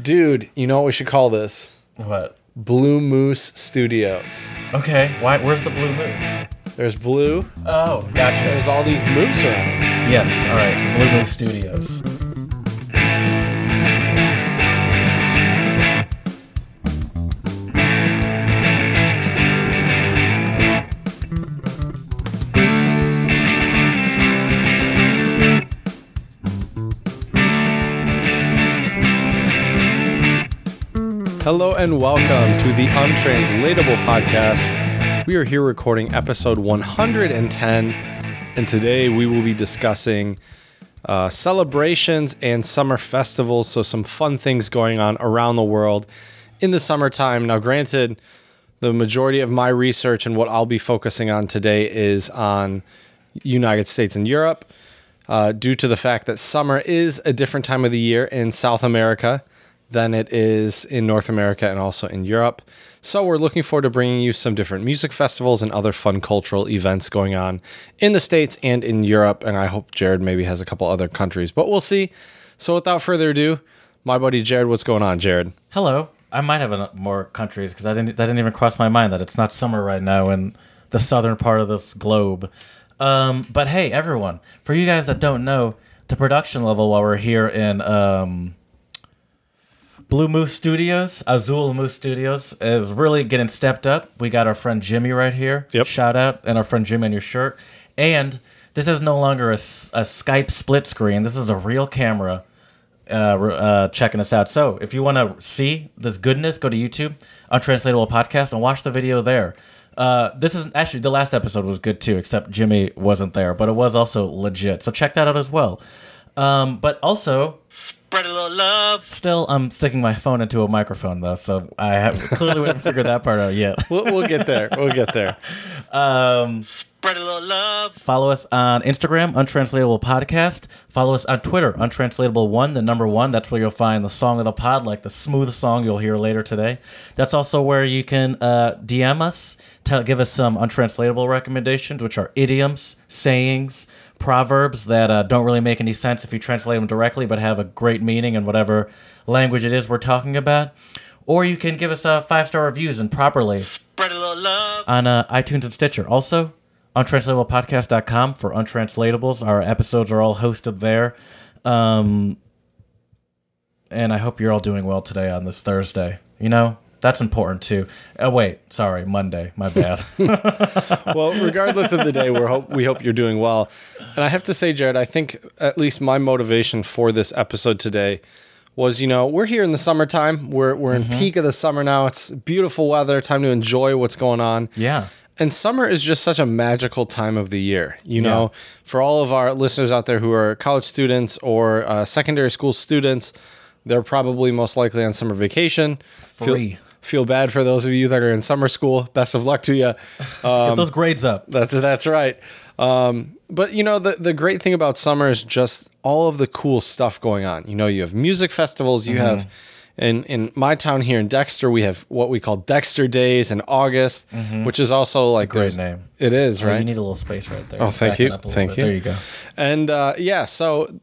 Dude, you know what we should call this? What? Blue Moose Studios. Okay. Why? Where's the blue moose? There's blue. Oh, gotcha. There's all these moose around. Yes. All right. Blue Moose Studios. Hello and welcome to the Untranslatable Podcast. We are here recording episode 110, and today we will be discussing uh, celebrations and summer festivals. So, some fun things going on around the world in the summertime. Now, granted, the majority of my research and what I'll be focusing on today is on United States and Europe, uh, due to the fact that summer is a different time of the year in South America than it is in North America and also in Europe. So we're looking forward to bringing you some different music festivals and other fun cultural events going on in the States and in Europe. And I hope Jared maybe has a couple other countries, but we'll see. So without further ado, my buddy Jared, what's going on, Jared? Hello. I might have a, more countries because I didn't. That didn't even cross my mind that it's not summer right now in the southern part of this globe. Um, but hey, everyone! For you guys that don't know, the production level while we're here in um, Blue Moose Studios, Azul Moose Studios, is really getting stepped up. We got our friend Jimmy right here. Yep. Shout out and our friend Jimmy in your shirt. And this is no longer a, s- a Skype split screen. This is a real camera uh, re- uh, checking us out. So if you want to see this goodness, go to YouTube, Untranslatable Podcast, and watch the video there. Uh, this is actually the last episode was good too, except Jimmy wasn't there, but it was also legit. So check that out as well. Um, but also, Spread a little love. still I'm sticking my phone into a microphone though, so I have, clearly haven't figured that part out yet. We'll, we'll get there. We'll get there. Spread a little love. Follow us on Instagram, Untranslatable Podcast. Follow us on Twitter, Untranslatable One, the number one. That's where you'll find the song of the pod, like the smooth song you'll hear later today. That's also where you can uh, DM us, tell, give us some untranslatable recommendations, which are idioms, sayings, proverbs that uh, don't really make any sense if you translate them directly, but have a great meaning in whatever language it is we're talking about. Or you can give us uh, five star reviews and properly Spread a little love. on uh, iTunes and Stitcher. Also, untranslatablepodcast.com for untranslatables. Our episodes are all hosted there. Um, and I hope you're all doing well today on this Thursday. You know, that's important too. Oh, wait. Sorry. Monday. My bad. well, regardless of the day, we hope we hope you're doing well. And I have to say, Jared, I think at least my motivation for this episode today was, you know, we're here in the summertime. We're we're Mm-hmm. in peak of the summer now. It's beautiful weather. Time to enjoy what's going on. yeah. And summer is just such a magical time of the year. You know, for all of our listeners out there who are college students or uh, secondary school students, they're probably most likely on summer vacation. Free. Feel, feel bad for those of you that are in summer school. Best of luck to you. Um, Get those grades up. That's that's right. Um, but you know the the great thing about summer is just all of the cool stuff going on. You know, you have music festivals. You have Mm-hmm. in in my town here in Dexter, we have what we call Dexter Days in August, which is also like Mm-hmm. great there's- name. It is You right. need a little space right there. Oh, thank Back it you. up a little Thank bit. you. There you go. And uh, yeah, so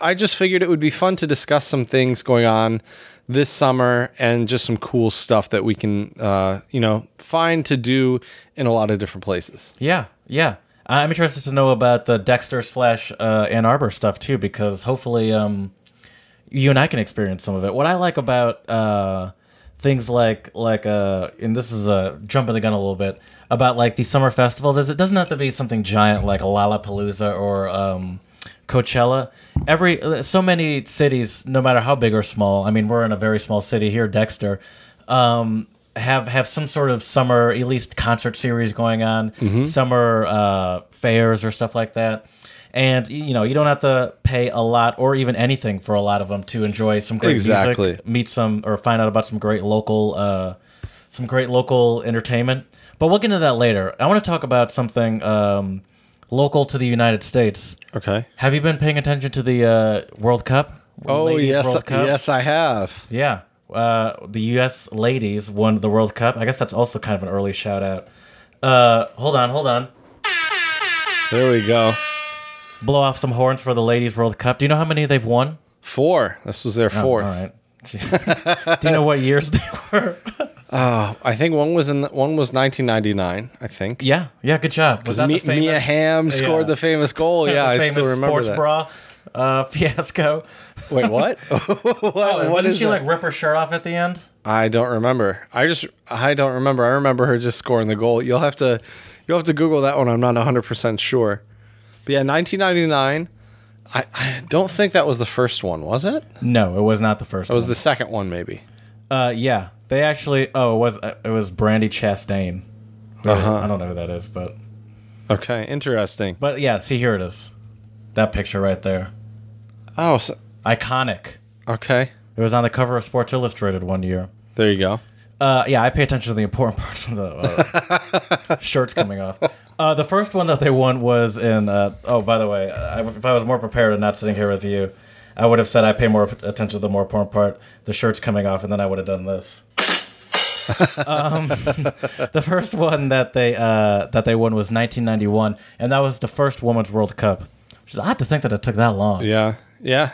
I just figured it would be fun to discuss some things going on this summer and just some cool stuff that we can uh, you know find to do in a lot of different places. Yeah, yeah. I'm interested to know about the Dexter slash uh, Ann Arbor stuff too, because hopefully um, you and I can experience some of it. What I like about uh, things like like uh, and this is uh, jumping the gun a little bit about like these summer festivals is it doesn't have to be something giant like Lollapalooza or um, Coachella. Every uh, so many cities, no matter how big or small. I mean, we're in a very small city here, Dexter. Um, have have some sort of summer, at least concert series going on, Mm-hmm. summer uh, fairs or stuff like that. And y- you know, you don't have to pay a lot or even anything for a lot of them to enjoy some great Exactly. music, meet some or find out about some great local, uh, some great local entertainment. But we'll get into that later. I want to talk about something um, local to the United States. Okay. Have you been paying attention to the uh, World Cup? Oh Ladies yes, World Cup? yes I have. Yeah. Uh, the U.S. ladies won the World Cup. I guess that's also kind of an early shout out. Uh, hold on, hold on. There we go. Blow off some horns for the ladies World Cup. Do you know how many they've won? Four. This was their Oh, fourth. all right. Do you know what years they were? I think one was in the, one was 1999. I think. yeah, yeah, good job. Was that Me, the famous, Mia Hamm yeah. scored the famous goal. the Yeah, I famous still remember sports that. bra uh, fiasco? Wait, what? what Oh, what didn't is she that? like rip her shirt off at the end? I don't remember. I just I don't remember. I remember her just scoring the goal. You'll have to you'll have to Google that one. I'm not 100 percent sure. But yeah, 1999. I, I don't think that was the first one, was it? No, it was not the first. It was one. the second one, maybe. Uh, yeah, they actually. Oh, it was uh, it was Brandy Chastain. Uh-huh. I don't know who that is, but Okay, interesting. but yeah, see here it is, that picture right there, Oh, so, iconic. okay. It was on the cover of Sports Illustrated one year. There you go. Uh, yeah, I pay attention to the important parts of the uh, shirts coming off. Uh, the first one that they won was in. Uh, oh, by the way, I, if I was more prepared and not sitting here with you, I would have said I pay more attention to the more important part, the shirts coming off, and then I would have done this. um, the first one that they uh, that they won was 1991, and that was the first Women's World Cup. Which is odd to think that it took that long. Yeah, yeah.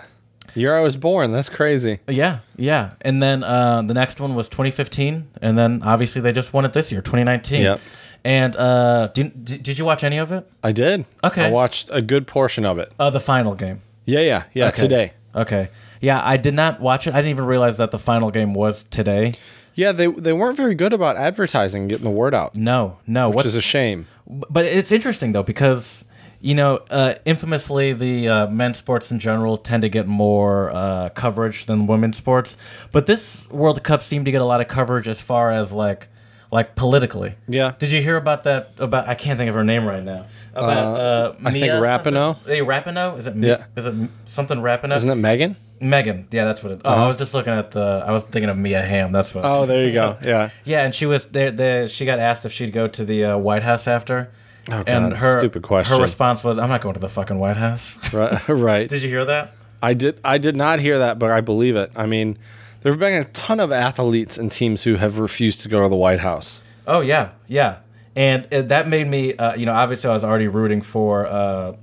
The year I was born. That's crazy. Yeah, yeah. And then uh, the next one was 2015, and then obviously they just won it this year, 2019. Yep. And uh, did, did did you watch any of it? I did. Okay. I watched a good portion of it. Uh, the final game. Yeah, yeah, yeah. Okay. Today. Okay. Yeah, I did not watch it. I didn't even realize that the final game was today. Yeah, they they weren't very good about advertising, getting the word out, which No, no. What? is a shame. but it's interesting though because you know, uh, infamously, the uh, men's sports in general tend to get more uh, coverage than women's sports. But this World Cup seemed to get a lot of coverage as far as like like politically. Yeah. Did you hear about that? About I can't think of her name right now. About uh, I think Mia Rapinoe? something? Hey, Rapinoe? Is it? Mi- Yeah. Is it M- something Rapinoe? Isn't it Megan? Megan? Yeah, that's what it. Oh, I was just looking at the. I was thinking of Mia Hamm. That's what. Oh, there you go. Yeah. Yeah, and she was there. The, she got asked if she'd go to the uh, White House after. Oh, God, and her stupid question. Her response was, "I'm not going to the fucking White House." Right. right. Did you hear that? I did. I did not hear that, but I believe it. I mean, there have been a ton of athletes and teams who have refused to go to the White House. Oh yeah, yeah, and uh, that made me. Uh, you know, obviously, I was already rooting for uh,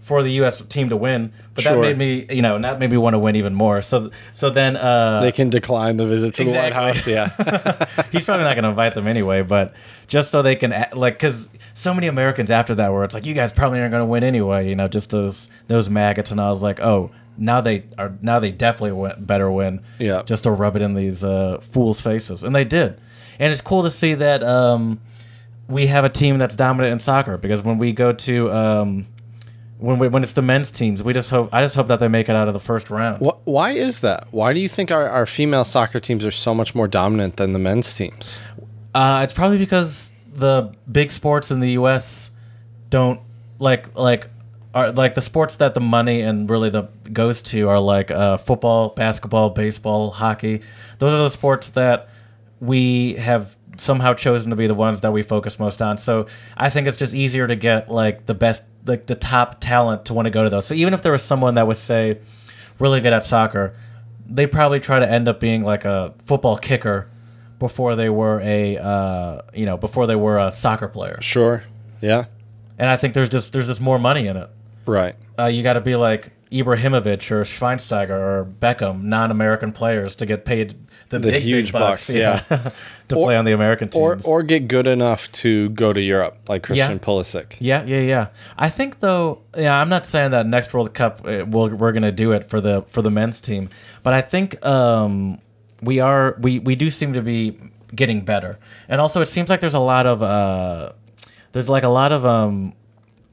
for the U.S. team to win, but Sure. that made me, you know, and that made me want to win even more. So, so then uh, They can decline the visit to the White House. Exactly. Yeah. He's probably not going to invite them anyway, but just so they can act- like, because so many Americans after that were, it's like you guys probably aren't going to win anyway. You know, just those those maggots, and I was like, oh, now they are now they definitely win, better win. Yeah. just to rub it in these uh, fools' faces, and they did. And it's cool to see that um, we have a team that's dominant in soccer because when we go to um, when we, when it's the men's teams, we just hope I just hope that they make it out of the first round. Wh- Why is that? Why do you think our, our female soccer teams are so much more dominant than the men's teams? Uh, it's probably because the big sports in the U.S. don't like like are like the sports that the money and really the goes to are like uh, football, basketball, baseball, hockey. Those are the sports that we have somehow chosen to be the ones that we focus most on. So I think it's just easier to get like the best like the top talent to want to go to those. So even if there was someone that was say really good at soccer, they probably try to end up being like a football kicker before they were a uh, you know before they were a soccer player. Sure. Yeah. And I think there's just there's just more money in it. Right. Uh, you got to be like Ibrahimovic or Schweinsteiger or Beckham, non-American players, to get paid the, big, big huge bucks, yeah, to play on the American Or teams. or get good enough to go to Europe, like Christian Pulisic. Yeah, yeah, yeah. I think though, yeah, I'm not saying that next World Cup uh, we'll, we're gonna do it for the for the men's team, but I think um, we are we we do seem to be getting better, and also it seems like there's a lot of uh, there's like a lot of um,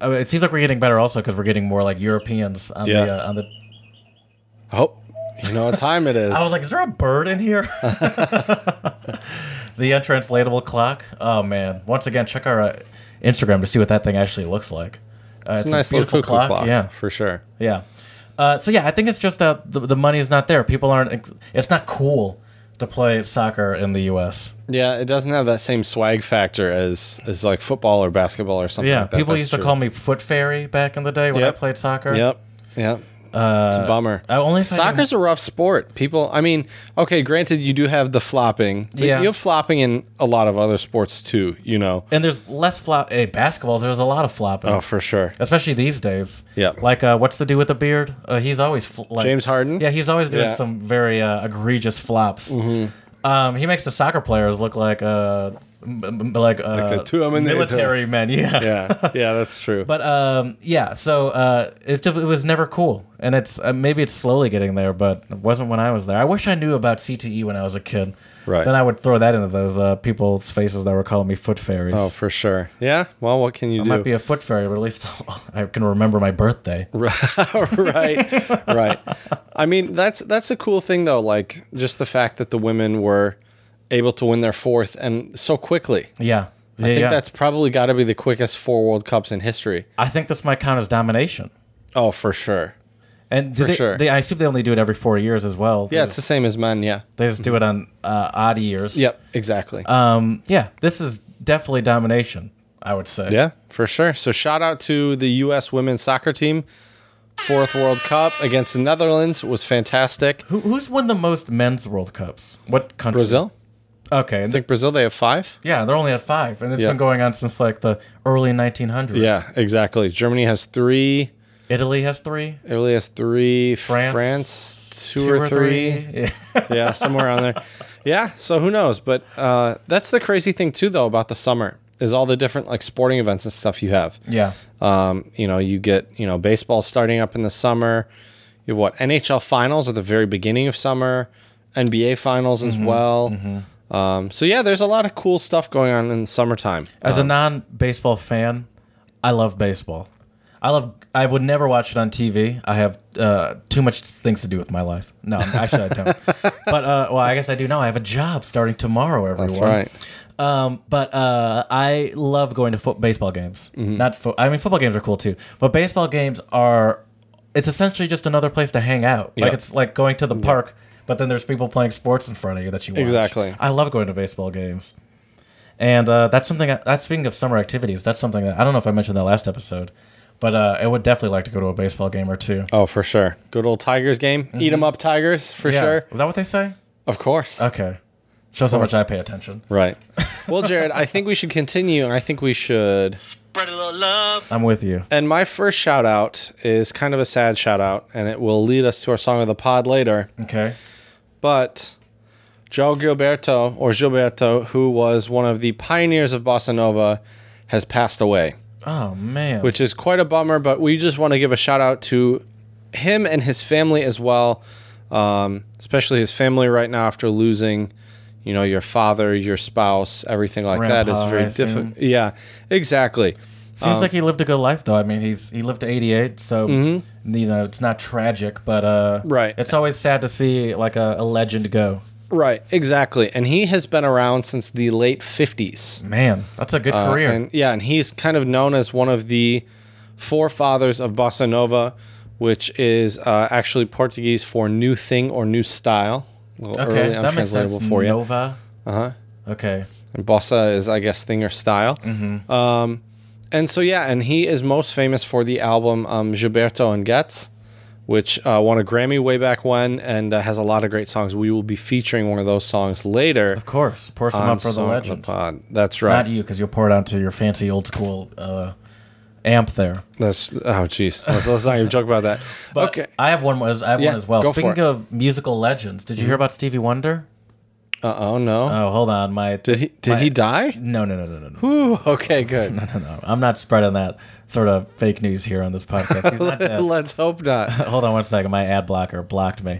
I mean, it seems like we're getting better also because we're getting more like Europeans on Yeah. the uh, on the. Oh, you know what time it is. I was like, is there a bird in here? the untranslatable clock. Oh man! Once again, check our uh, Instagram to see what that thing actually looks like. Uh, it's a nice little beautiful cuckoo clock, Yeah, for sure. Yeah. Uh, so yeah, I think it's just that the, the money is not there. People aren't. ex- It's not cool to play soccer in the U.S. Yeah, it doesn't have that same swag factor as as like football or basketball or something. Yeah, like that. people That's used true. to call me foot fairy back in the day when Yep. I played soccer. Yep. Yep. Uh, it's a bummer. I only if I can- Soccer's a rough sport. People, I mean, okay, granted, you do have the flopping. but Yeah. You have flopping in a lot of other sports too, you know. and there's less flop. Hey, basketball. There's a lot of flopping, Oh, for sure. especially these days. Yeah. Like, uh, what's the do with the beard? Uh, he's always fl- like, James Harden? Yeah, he's always doing Yeah. Mm-hmm. some very uh, egregious flops. Um, he makes the soccer players look like uh, m- m- like, uh, the two I'm in the- military men. Yeah. Yeah. Yeah, that's true. But um, yeah, so uh, it's just, it was never cool, and it's uh, maybe it's slowly getting there, but it wasn't when I was there. I wish I knew about CTE when I was a kid. Right. Then I would throw that into those uh, people's faces that were calling me foot fairies. oh, for sure. Yeah. Well, what can you do? Might be a foot fairy, but at least I can remember my birthday. right right i mean that's that's a cool thing though like just the fact that the women were able to win their fourth and so quickly Yeah. Yeah, i think yeah. that's probably got to be the quickest four world cups in history I think this might count as domination. oh for sure And do For they, sure. they, I assume they only do it every four years as well. yeah they it's just, the same as men yeah they just do it on uh, odd years. yep exactly Um. Yeah. This is definitely domination. I would say. yeah for sure so shout out to the us women's soccer team fourth world cup against the netherlands was fantastic Who, who's won the most men's World Cups? What country? brazil Okay. and i think brazil they have five yeah, they're only at five, and it's Yeah. been going on since like the early 1900s. yeah exactly germany has three Italy has three. Italy has three. France, France, two, or, three. Yeah. yeah, somewhere on there. Yeah. So who knows? But uh, that's the crazy thing too, though, about the summer is all the different like sporting events and stuff you have. yeah. Um, you know, you get you know baseball starting up in the summer. You have what NHL finals at the very beginning of summer, NBA finals as well. Um, so yeah, there's a lot of cool stuff going on in the summertime. As a non baseball fan, I love baseball. I love. I would never watch it on TV. I have uh, too much things to do with my life. No, actually, I don't. But uh, well, I guess I do now. I have a job starting tomorrow. Everyone. That's right. Um, but uh, I love going to fo- baseball games. Mm-hmm. Not. Fo- I mean, football games are cool too, but baseball games are. It's essentially just another place to hang out. Yeah. Like it's like going to the park, but then there's people playing sports in front of you that you watch. Exactly. I love going to baseball games. And uh, that's something. That's speaking of summer activities. That's something that I don't know if I mentioned that last episode, but uh, I would definitely like to go to a baseball game or two. Oh, for sure. Good old Tigers game. Eat 'em Eat them up, Tigers, for Yeah. sure. Is that what they say? Of course. Okay. Shows how much course. I pay attention. Right. Well, Jared, I think we should continue. and I think we should. Spread a little love. I'm with you. And my first shout out is kind of a sad shout out, and it will lead us to our song of the pod later. Okay. But Joe Gilberto, or Gilberto, who was one of the pioneers of bossa nova, has passed away, Oh man. which is quite a bummer. But we just want to give a shout out to him and his family as well, um, especially his family right now after losing. You know, your father, your spouse, everything like that Grandpa, is very I assume. difficult. Yeah, exactly. Seems Um, like he lived a good life, though. I mean, he's he lived to 88, so you know it's not tragic, but uh, Mm-hmm. Right. It's always sad to see like a, a legend go. Right, exactly. And he has been around since the late 50s. Man, that's a good career. Uh, And yeah, and he's kind of known as one of the forefathers of bossa nova, which is uh, actually Portuguese for new thing or new style. A little okay, early that makes sense. untranslatable for you. Uh-huh. Nova. Uh huh. Okay. And bossa is, I guess, thing or style. Mm-hmm. Um, and so, yeah, and he is most famous for the album um, Gilberto and Getz, which uh, won a Grammy way back when and uh, has a lot of great songs. We will be featuring one of those songs later. Of course, pour some on up for the Song of legend. Pod. That's right. Not you, because you'll pour it onto your fancy old school uh, amp there. That's oh jeez. Let's, let's not even joke about that. But okay. I have one. as- I have Yeah, one as well. go for Speaking it. Mm-hmm. of musical legends, did you hear about Stevie Wonder? Uh oh no. Oh, hold on, my did he did he die? no no no no no no. Ooh, okay, good. No, I'm not spreading that sort of fake news here on this podcast. He's not dead. Let's hope not. Hold on one second. My ad blocker blocked me.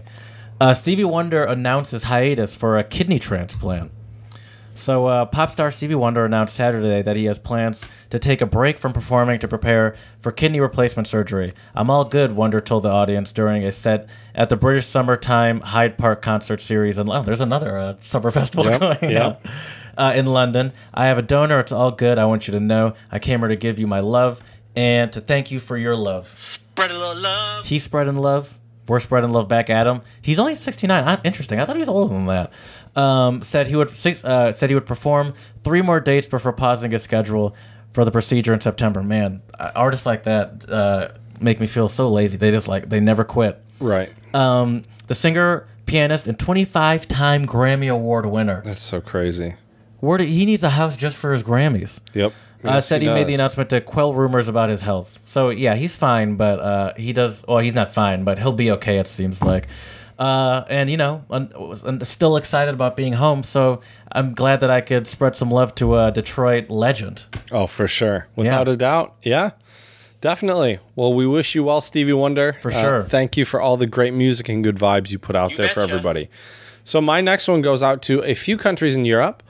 Uh, Stevie Wonder announces hiatus for a kidney transplant. So, uh, pop star Stevie Wonder announced Saturday that he has plans to take a break from performing to prepare for kidney replacement surgery. I'm all good, Wonder told the audience during a set at the British Summertime Hyde Park concert series. And oh, there's another uh, summer festival Yep, going yep. on uh, in London. I have a donor. It's all good. I want you to know I came here to give you my love and to thank you for your love Spread a little love. he's spreading love. We're spreading love back at him. He's only 69. Ah, Interesting. I thought he was older than that. Um, said he would six- uh, said he would perform three more dates before pausing his schedule for the procedure in September. Man, uh, artists like that uh, make me feel so lazy. They just like they never quit. Right. Um, the singer, pianist, and 25-time Grammy Award winner. That's so crazy. Where do, he needs a house just for his Grammys. Yep. Uh, Yes, said he, made the does. announcement to quell rumors about his health. So yeah, he's fine, but uh, he does. Well, he's not fine, but he'll be okay. It seems like. Uh, and you know, un- was- un- still excited about being home. So I'm glad that I could spread some love to a Detroit legend. Oh, for sure. Without a doubt. Yeah. Definitely. Well, we wish you well, Stevie Wonder. For sure. Thank you for all the great music and good vibes you put out there for betcha. everybody. So, my next one goes out to a few countries in Europe,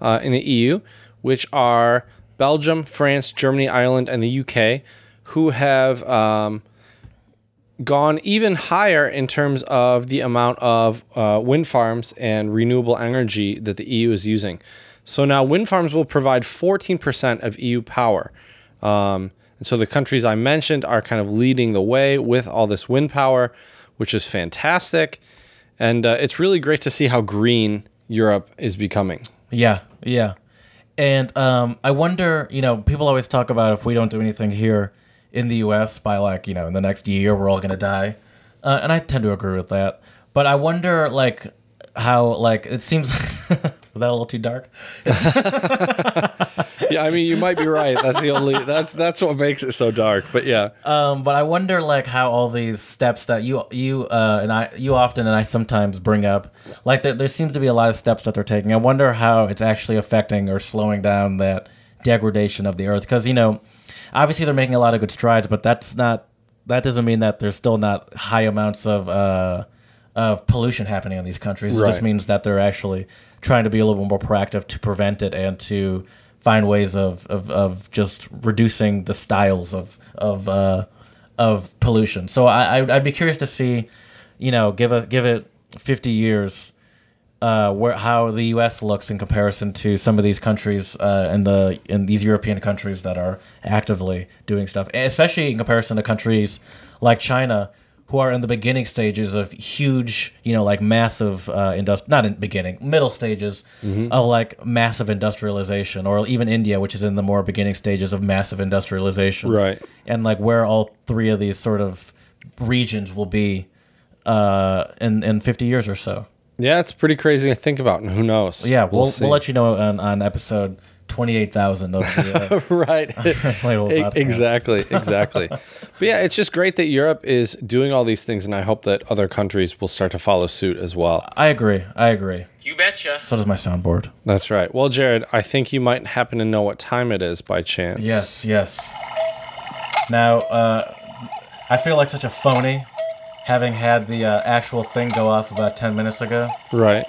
uh, in the EU, which are Belgium, France, Germany, Ireland, and the UK, who have um, gone even higher in terms of the amount of uh, wind farms and renewable energy that the EU is using. So now wind farms will provide 14% of EU power. Um, and so the countries I mentioned are kind of leading the way with all this wind power, which is fantastic. And uh, it's really great to see how green Europe is becoming. Yeah, yeah. And um, I wonder, you know, people always talk about if we don't do anything here in the U.S. by like, you know, in the next year we're all gonna die, uh, and I tend to agree with that. But I wonder, like, how like it seems. was that a little too dark? Yeah, I mean, you might be right. That's the only that's that's what makes it so dark. But yeah, Um, but I wonder, like, how all these steps that you you uh, and I you often and I sometimes bring up, like, there, there seems to be a lot of steps that they're taking. I wonder how it's actually affecting or slowing down that degradation of the earth, because you know, obviously they're making a lot of good strides, but that's not that doesn't mean that there's still not high amounts of uh, of pollution happening in these countries. It just Right. means that they're actually trying to be a little more proactive to prevent it and to find ways of, of, of just reducing the styles of of uh, of pollution. So I I- I'd be curious to see, you know, give a give it fifty years, uh, where how the U.S. looks in comparison to some of these countries uh, and the in these European countries that are actively doing stuff, and especially in comparison to countries like China, who are in the beginning stages of huge, you know, like massive uh, industri- not in beginning, middle stages of like massive industrialization, or even India, which is in the more beginning stages of massive industrialization, Right. And like where all three of these sort of regions will be uh, in in fifty years or so. yeah, it's pretty crazy to think about. And who knows? Yeah, we'll, we'll, see. let you know on, on episode 28,000 of the. Uh, right Label E- podcast. exactly exactly but yeah it's just great that europe is doing all these things and i hope that other countries will start to follow suit as well I agree. I agree. You betcha. So does my soundboard. that's right well jared i think you might happen to know what time it is by chance Yes, yes. Now, uh, I feel like such a phony having had the uh, actual thing go off about 10 minutes ago, right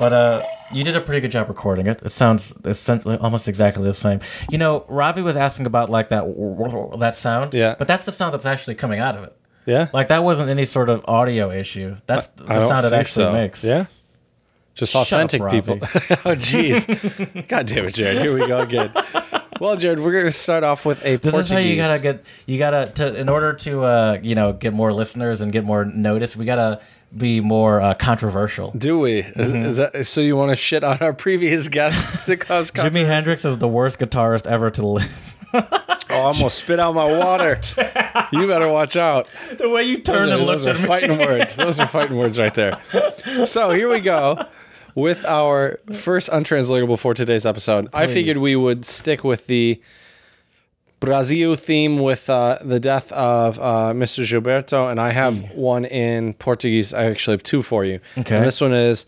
but uh, you did a pretty good job recording it. It sounds essentially almost exactly the same. You know, Ravi was asking about like that that sound. Yeah. But that's the sound that's actually coming out of it. yeah Like that wasn't any sort of audio issue. That's I the don't sound it think actually so. makes. yeah just Shut up, authentic Ravi. people oh jeez god damn it jared here we go again well jared we're going to start off with a This portuguese is how you gotta get you gotta to in order to uh, you know get more listeners and get more notice. We gotta be more uh, controversial. do we? Is- Mm-hmm. is that- so you want to shit on our previous guests? to cause Jimi Hendrix is the worst guitarist ever to live. Oh, I almost spit out my water. you better watch out. the way you Those turned are, and those looked are at me. fighting words. Those are fighting words right there. So here we go with our first untranslatable for today's episode. I figured we would stick with the Brazil theme with uh, the death of uh, Mr. Gilberto, and I have one in Portuguese. I actually have two for you. Hmm. Okay. And this one is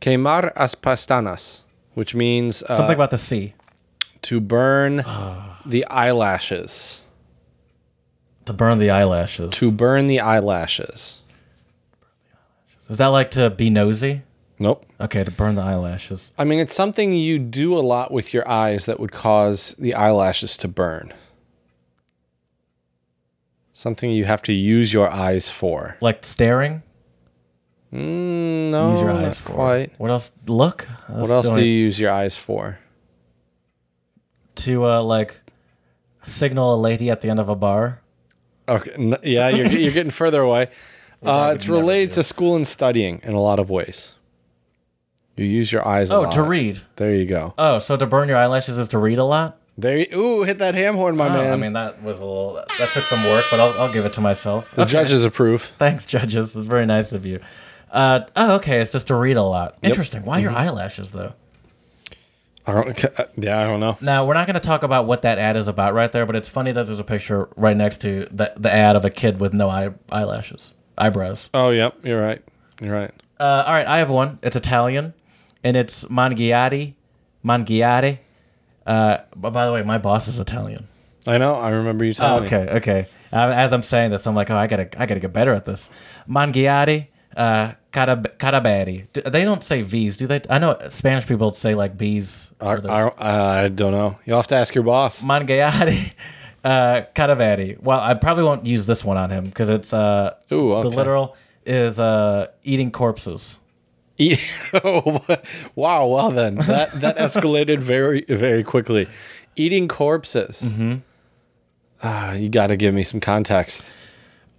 queimar as pastanas, which means uh, Something Ah. about the sea, to burn the eyelashes. to burn the eyelashes. To burn the eyelashes. is that like to be nosy? Nope. Okay, to burn the eyelashes. I mean, it's something you do a lot with your eyes that would cause the eyelashes to burn. Something you have to use your eyes for. Like staring. Mm, no, Use your not eyes for. quite. What else? Look. What else do you use your eyes for? to uh, like signal a lady at the end of a bar? Okay, n- yeah, you're, you're getting further away. Uh, it's related to school and studying in a lot of ways. You use your eyes. A Oh, lot. to read. There you go. Oh, so to burn your eyelashes is to read a lot? There, you, ooh, hit that ham horn, my Oh, man. I mean, that was a little that took some work, but I'll, I'll give it to myself. the judges approve. Thanks, judges. It's very nice of you. Uh, oh, okay. It's just to read a lot. Interesting. Why Mm-hmm. your eyelashes though? I don't. uh, Yeah, I don't know. Now we're not going to talk about what that ad is about right there, but it's funny that there's a picture right next to the, the ad of a kid with no eye, eyelashes, eyebrows. Oh, yep. You're right. You're right. Uh, all right, I have one. It's Italian, and it's Mangiati, Mangiati. Uh, but by the way, my boss is Italian. I know. I remember you telling me. Oh, okay, okay. Uh, as I'm saying this, I'm like, oh, I gotta, I gotta get better at this. Mangiati, uh, carab- carabari. D- They don't say V's, do they? I know Spanish people say like B's. I, for the- Mm, I, I, don't know. You'll have to ask your boss. Mangiati, uh, Cadaveri. Well, I probably won't use this one on him because it's uh, Ooh, okay. the literal is uh, eating corpses. Eat- oh, wow. Well, then that that escalated very very quickly. Eating corpses. Mm-hmm. Uh, you got to give me some context.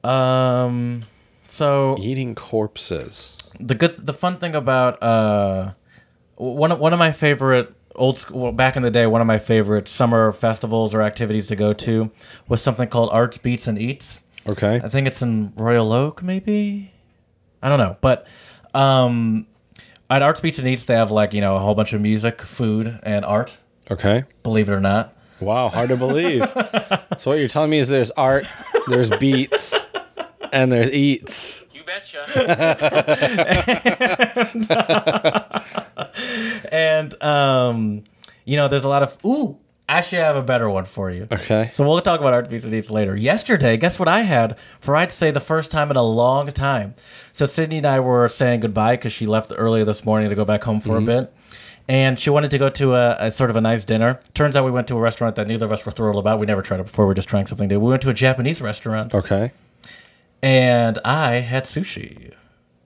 Um, so Eating corpses. the good, the fun thing about uh, one of, one of my favorite old school well, back in the day, one of my favorite summer festivals or activities to go to was something called Arts Beats and Eats. Okay. I think it's in Royal Oak, maybe. I don't know, but um, at Arts Beats and Eats, they have like you know a whole bunch of music, food, and art. Okay. Believe it or not, Wow. Hard to believe. so what you're telling me is there's art, there's beats, and there's eats. You betcha. and um, you know there's a lot of ooh. Actually, I have a better one for you. Okay. So we'll talk about art pieces eats later. Yesterday, guess what I had for I'd say the first time in a long time. So Sydney and I were saying goodbye because she left earlier this morning to go back home for a bit. And she wanted to go to a, a sort of a nice dinner. Turns out we went to a restaurant that neither of us were thrilled about. We never tried it before. We were just trying something new. We went to a Japanese restaurant, Okay. and I had sushi.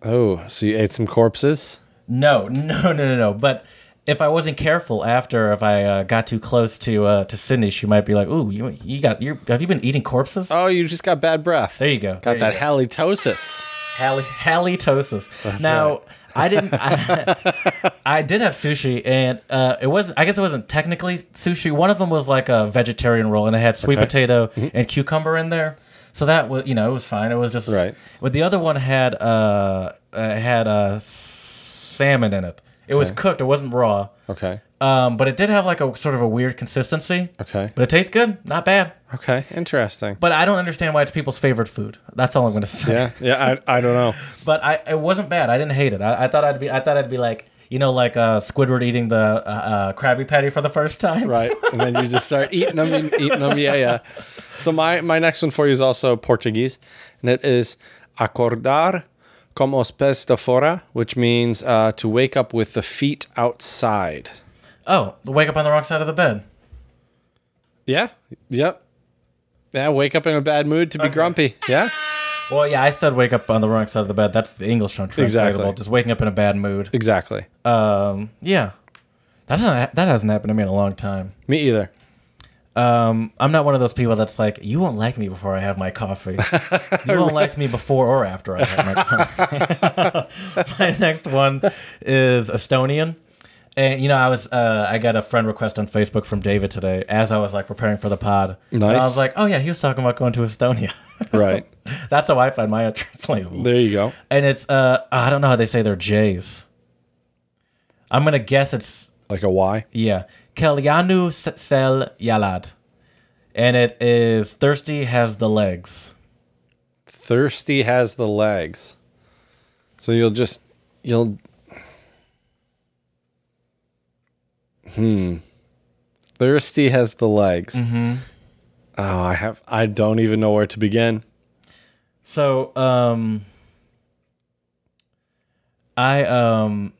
Oh, so you ate some corpses? No, no, no, no, no. But if I wasn't careful after, if I uh, got too close to uh, to Sydney, she might be like, "Ooh, you you got you have you been eating corpses?" Oh, you just got bad breath. There you go. Got There that you halitosis. Hal- halitosis. now, right. I didn't. I, I did have sushi, and uh, it was. I guess it wasn't technically sushi. One of them was like a vegetarian roll, and it had sweet Okay. Mm-hmm. potato and cucumber in there. So that was, you know, it was fine. It was just Right. But the other one had uh, uh had uh, salmon in it. It was Okay. cooked. It wasn't raw. Okay. Um, but it did have like a sort of a weird consistency. Okay. But it tastes good. Not bad. Okay. Interesting. But I don't understand why it's people's favorite food. That's all I'm going to say Yeah. Yeah. I, I don't know. but I it wasn't bad. I didn't hate it. I, I thought I'd be I thought I'd be like you know like uh, Squidward eating the uh, uh, Krabby Patty for the first time. Right. And then you just start eating them, eating them. Yeah. Yeah. So my, my next one for you is also Portuguese, and it is acordar como os pés de fora, which means uh, to wake up with the feet outside. Oh, wake up on the wrong side of the bed. Yeah. Yep. Yeah. Wake up in a bad mood to be grumpy. Yeah. Well, yeah, I said wake up on the wrong side of the bed. That's the English untranslatable. Exactly. Just waking up in a bad mood. Exactly. Um, yeah, that's not that hasn't happened to me in a long time. Me either. Um, I'm not one of those people that's like, you won't like me before I have my coffee. You won't like me before or after I have my coffee. my next one is Estonian. And you know, I was uh, I got a friend request on Facebook from David today as I was like preparing for the pod. And I Nice. was like, oh yeah, he was talking about going to Estonia. Right. that's how I find my entrance labels. There you go. And it's uh, I don't know how they say their J's. I'm gonna guess it's Like a Y. yeah. Kalyanu S- Sel Yalad. And it is Thirsty Has the Legs. Thirsty has the legs. So you'll just you'll Hmm. hmm. Thirsty has the legs. Oh, I have I don't even know where to begin. So, um, I, um,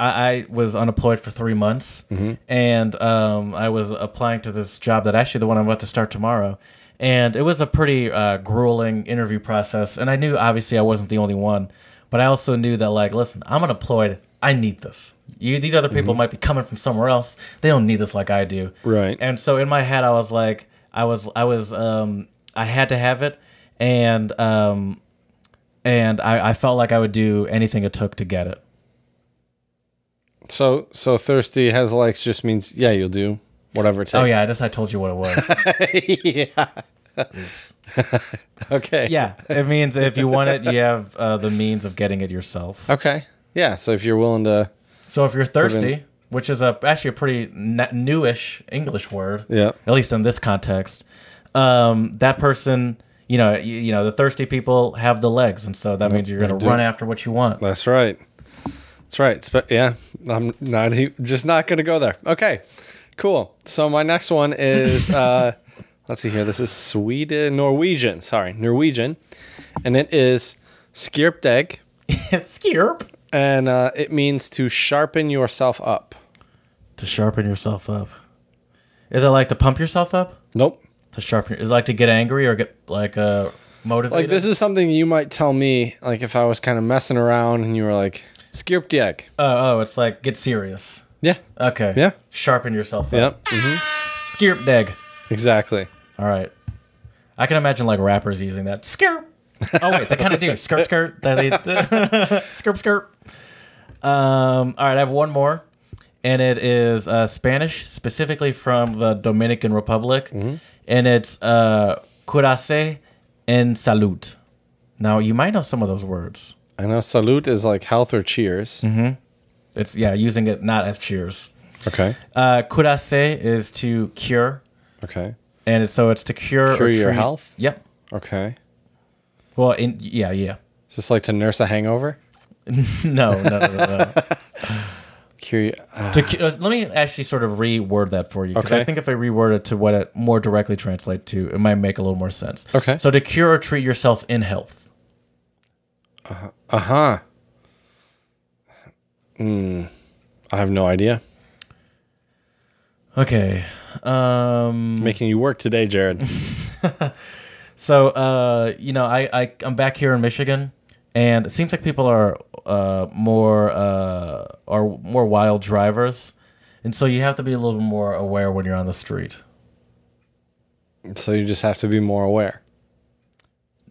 I, I was unemployed for three months and um, I was applying to this job that actually the one I'm about to start tomorrow. And it was a pretty uh, grueling interview process. And I knew obviously I wasn't the only one, but I also knew that, like, listen, I'm unemployed. I need this. You, these other people might be coming from somewhere else. They don't need this like I do. Right. And so in my head, I was like, I was, I was, um, I had to have it, and um, and I, I felt like I would do anything it took to get it. So so thirsty has legs just means yeah, you'll do whatever it takes. Oh yeah, I just I told you what it was. yeah. okay. yeah, it means if you want it, you have uh, the means of getting it yourself. Okay. Yeah. So if you're willing to, So if you're thirsty, Prevent- which is a actually a pretty n- newish English word, Yeah. at least in this context, um, that person, you know, you, you know, the thirsty people have the legs, and so that means you're going they to do. run after what you want. that's right. That's right. Spe- yeah. I'm not e- just not going to go there. Okay. Cool. So my next one is, uh, let's see here. This is Sweden, Norwegian. Sorry, Norwegian, and it is skirpdeg, Skirp. and uh, it means to sharpen yourself up. To sharpen yourself up. Is it like to pump yourself up? Nope. To sharpen? Is it like to get angry or get like uh, motivated? Like this is something you might tell me, like if I was kind of messing around and you were like, skirpdeg. Oh, oh, it's like get serious. Yeah. Okay. Yeah. Sharpen yourself up. Yep. hmm Skirp deg. Exactly. All right. I can imagine like rappers using that. Skirp. Oh wait, they kind of do. Skirt, skirt. That they, skirp, skirp. Um, all right, I have one more, and it is uh, Spanish, specifically from the Dominican Republic, Mm-hmm. and it's uh, "curarse en salud." Now you might know some of those words. I know salute is like health or cheers. It's yeah, using it not as cheers. Okay. Uh, "Curarse" is to cure, Okay. and it's, so it's to cure Cure your treat- health? Yep. Okay. Well, in yeah, yeah. Is this like to nurse a hangover? No, no, no, no. no. Cure. Uh, To cu- uh, let me actually sort of reword that for you because Okay. I think if I reword it to what it more directly translates to, it might make a little more sense. Okay. So to cure or treat yourself in health. huh. uh-huh. Hmm. I have no idea. Okay. Um. Making you work today, Jared. So uh, you know, I, I I'm back here in Michigan, and it seems like people are uh more uh are more wild drivers, and so you have to be a little bit more aware when you're on the street. so you just have to be more aware.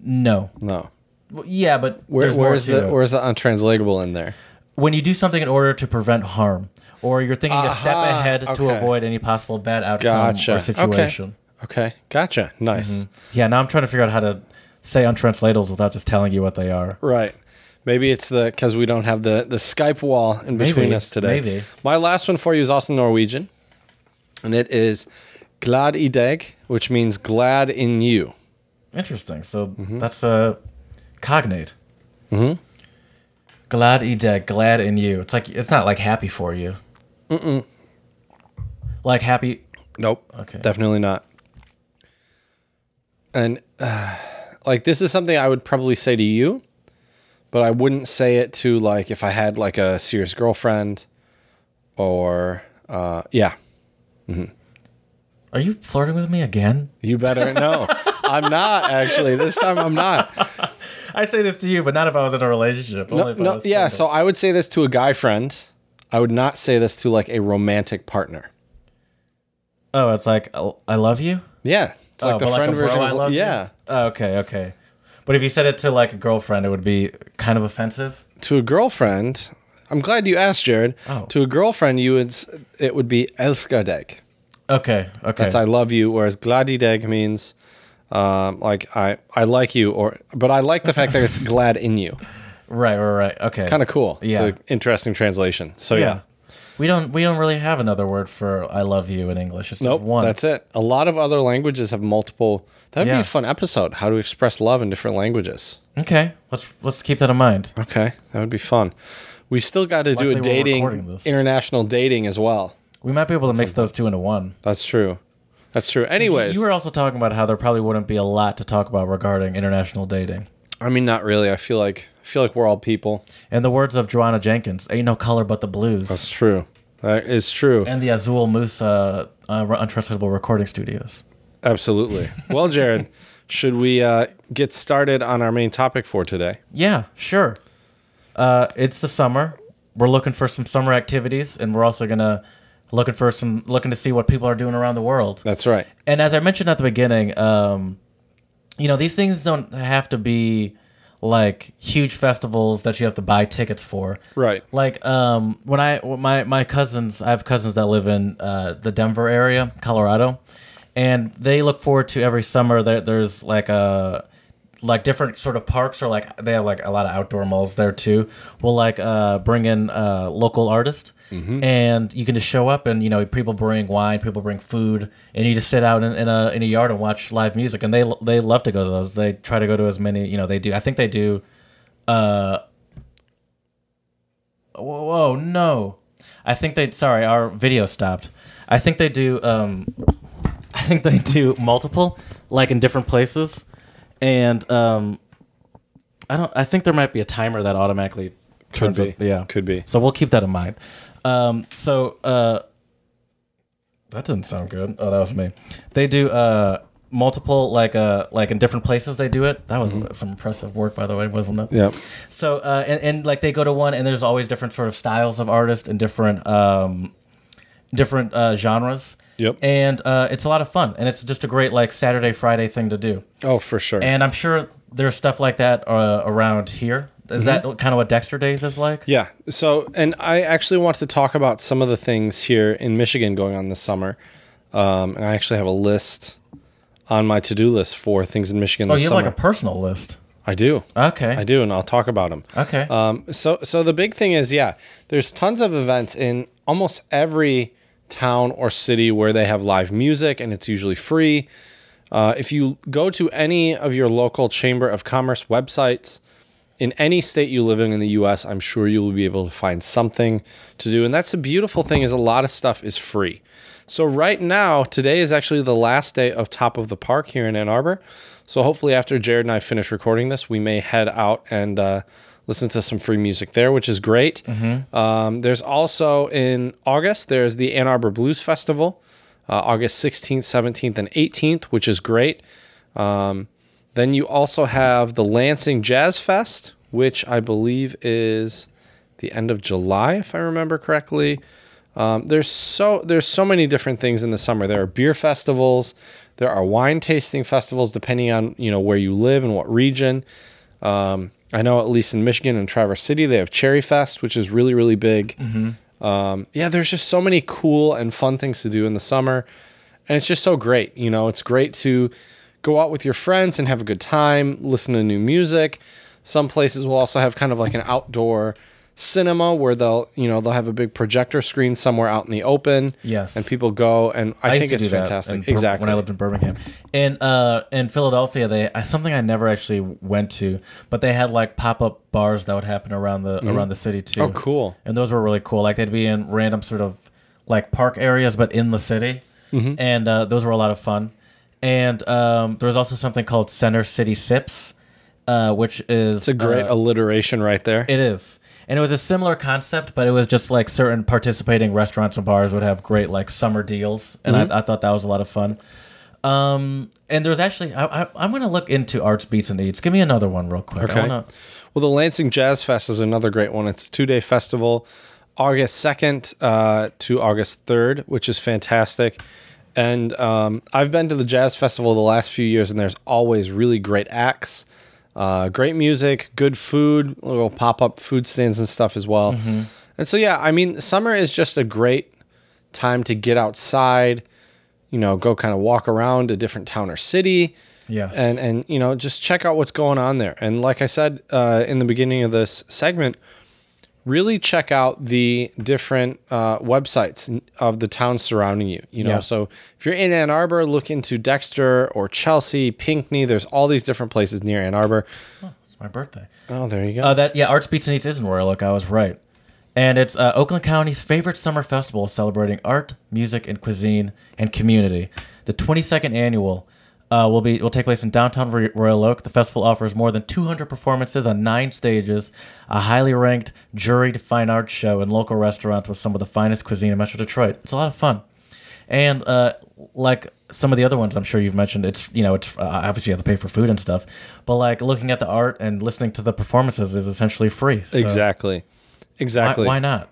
No. No. Well, yeah, but Where, there's more where's to the it. where's the untranslatable in there? when you do something in order to prevent harm, or you're thinking a step Aha, ahead to okay. avoid any possible bad outcome Gotcha. or situation. Okay. Gotcha. Nice. Yeah, now I'm trying to figure out how to say untranslatables without just telling you what they are. Right. Maybe it's the because we don't have the the Skype wall in between Maybe, us today. maybe. My last one for you is also Norwegian, and it is glad i dag, which means glad in you. Interesting. So that's a cognate. Mm-hmm. Glad i dag, glad in you. It's like it's not like happy for you. Mm-mm. Like happy. Nope. Okay. Definitely not. And uh, like this is something I would probably say to you, but I wouldn't say it to like if I had like a serious girlfriend, or uh, yeah, Are you flirting with me again? you better know. I'm not actually this time. I'm not. I say this to you, but not if I was in a relationship. only No, if I no, was yeah. single. So I would say this to a guy friend. I would not say this to like a romantic partner. Oh, it's like I I love you. Yeah, it's like Oh, the but friend a bro, version. I of, love you? yeah, Oh, okay, okay. But if you said it to like a girlfriend, it would be kind of offensive. to a girlfriend. I'm glad you asked, Jared. Oh. To a girlfriend, you would s- it would be elskadeg. Okay, okay. That's I love you, whereas gladideg means um, like I I like you, or but I like the fact that it's glad in you. right, right, right. Okay. Kind of cool. Yeah. It's an interesting translation. So yeah. We don't we don't really have another word for I love you in English. It's just Nope, one. that's it. A lot of other languages have multiple. That would be Yeah. a fun episode. How to express love in different languages. okay. Let's let's keep that in mind. Okay, that would be fun. We still got to do Luckily a we're recording dating, this. international dating as well. We might be able to mix those two into one. That's true. That's true. Anyways, You were also talking about how there probably wouldn't be a lot to talk about regarding international dating. I mean, not really. I feel like I feel like we're all people. In the words of Joanna Jenkins, "Ain't no color but the blues." That's true. That is true. and the Azul Musa uh, Untranslatable Recording Studios. Absolutely. Well, Jared, should we uh, get started on our main topic for today? Yeah, sure. Uh, it's the summer. We're looking for some summer activities, and we're also gonna looking for some looking to see what people are doing around the world. That's right. And as I mentioned at the beginning, um, you know these things don't have to be like huge festivals that you have to buy tickets for. Right. Like um, when I when my my cousins, I have cousins that live in uh, the Denver area, Colorado, and they look forward to every summer. There, there's like a like different sort of parks or like they have like a lot of outdoor malls there too. Will like uh, bring in uh, local artists. And you can just show up, and you know people bring wine, people bring food, and you just sit out in, in a in a yard and watch live music. And they they love to go to those. They try to go to as many, you know, they do. I think they do Uh, Whoa, whoa, no. I think they sorry, our video stopped. I think they do um I think they do multiple like in different places and um I don't I think there might be a timer that automatically Could turns it- be. yeah. Could be. So we'll keep that in mind. Um so uh that doesn't sound good. Oh, that was me. They do uh multiple like uh like in different places they do it. That was Mm-hmm. some impressive work by the way, wasn't it? Yeah. So uh, and, and like they go to one, and there's always different sort of styles of artists and different um, different uh, genres. Yep. And uh, it's a lot of fun, and it's just a great like Saturday Friday thing to do. Oh, for sure. And I'm sure there's stuff like that uh, around here. Is that kind of what Dexter Days is like? Mm-hmm. Yeah. So, and I actually want to talk about some of the things here in Michigan going on this summer. Um, and I actually have a list on my to do list for things in Michigan Oh, this you have summer. like a personal list. I do. Okay. I do, and I'll talk about them. Okay. Um, so, so the big thing is, yeah, there's tons of events in almost every town or city where they have live music, and it's usually free. Uh, if you go to any of your local chamber of commerce websites in any state you live in in the U.S., I'm sure you will be able to find something to do. And that's the beautiful thing is a lot of stuff is free. So right now, today is actually the last day of Top of the Park here in Ann Arbor. So hopefully, after Jared and I finish recording this, we may head out and uh, listen to some free music there, which is great. Um, there's also in August there's the Ann Arbor Blues Festival uh, August 16th, 17th, and 18th, which is great. Um, then you also have the Lansing Jazz Fest, which I believe is the end of July, if I remember correctly. Um, there's so there's so many different things in the summer. There are beer festivals, there are wine tasting festivals, depending on you know where you live and what region. Um, I know at least in Michigan and Traverse City, they have Cherry Fest, which is really really big. Mm-hmm. Um, yeah, there's just so many cool and fun things to do in the summer. And it's just so great. You know, it's great to go out with your friends and have a good time, listen to new music. Some places will also have kind of like an outdoor cinema where they'll, you know, they'll have a big projector screen somewhere out in the open. Yes. And people go and I, I think it's used to do that in fantastic. Bir- Exactly. When I lived in Birmingham, in uh, in Philadelphia, they I- something I never actually went to, but they had like pop up bars that would happen around the around the city too. Oh, cool. And those were really cool. Like they'd be in random sort of like park areas, but in the city, Mm-hmm. and uh, those were a lot of fun. And um, there was also something called Center City Sips, uh, which is it's a great Uh, alliteration right there. it is. And it was a similar concept, but it was just like certain participating restaurants and bars would have great like summer deals. And Mm-hmm. I, I thought that was a lot of fun. Um, and there's actually, I, I, I'm going to look into Arts, Beats, and Eats. Give me another one real quick. I Okay. wanna, Well, the Lansing Jazz Fest is another great one. It's a two day festival, August 2nd uh, to August 3rd, which is fantastic. And um, I've been to the Jazz Festival the last few years, and there's always really great acts, uh, great music, good food, little pop up food stands and stuff as well. And so, yeah, I mean, summer is just a great time to get outside, you know, go kind of walk around a different town or city yes. and and you know just check out what's going on there and like i said uh, in the beginning of this segment really check out the different uh, websites n- of the towns surrounding you you know Yeah. so if you're in ann arbor look into dexter or chelsea pinckney there's all these different places near ann arbor it's my birthday. oh there you go Uh, that yeah, Arts Beats and Eats is in Royal Oak. I was right, and it's uh, Oakland County's favorite summer festival celebrating art, music, and cuisine and community. The 22nd annual uh, will be will take place in downtown Ro- Royal Oak. The festival offers more than 200 performances on nine stages, a highly ranked juried fine arts show, and local restaurants with some of the finest cuisine in Metro Detroit. It's a lot of fun, and uh, like. Some of the other ones I'm sure you've mentioned. It's you know it's uh, obviously you have to pay for food and stuff, but like looking at the art and listening to the performances is essentially free. So exactly Why, exactly why not?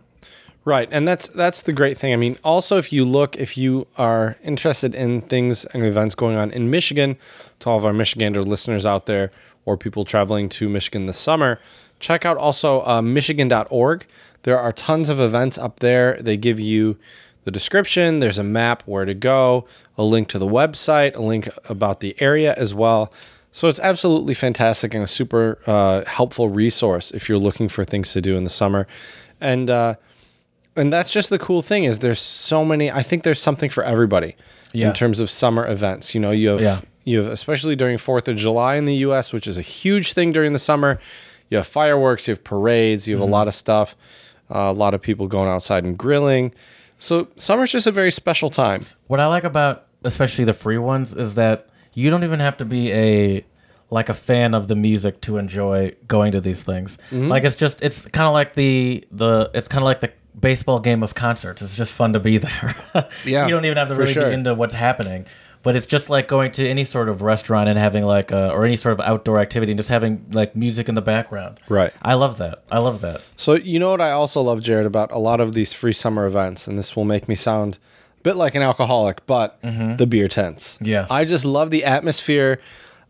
Right, and that's that's the great thing. I mean, also if you look, if you are interested in things and events going on in Michigan, to all of our Michigander listeners out there, or people traveling to Michigan this summer, check out also uh, michigan.org. There are tons of events up there. They give you the description, there's a map where to go, a link to the website, a link about the area as well. So it's absolutely fantastic and a super uh, helpful resource if you're looking for things to do in the summer. And uh, and that's just the cool thing is there's so many. I think there's something for everybody Yeah. in terms of summer events. You know, you have Yeah. you have especially during Fourth of July in the U.S., which is a huge thing during the summer. You have fireworks, you have parades, you have Mm-hmm. a lot of stuff, uh, a lot of people going outside and grilling. So summer's just a very special time. What I like about especially the free ones is that you don't even have to be a like a fan of the music to enjoy going to these things. Mm-hmm. Like it's just it's kind of like the the it's kind of like the baseball game of concerts. It's just fun to be there. Yeah, you don't even have to for really sure. be into what's happening. But it's just like going to any sort of restaurant and having like a, or any sort of outdoor activity and just having like music in the background. Right. I love that. I love that. So you know what I also love, Jared, about a lot of these free summer events, and this will make me sound a bit like an alcoholic, but the beer tents. Mm-hmm. Yes. I just love the atmosphere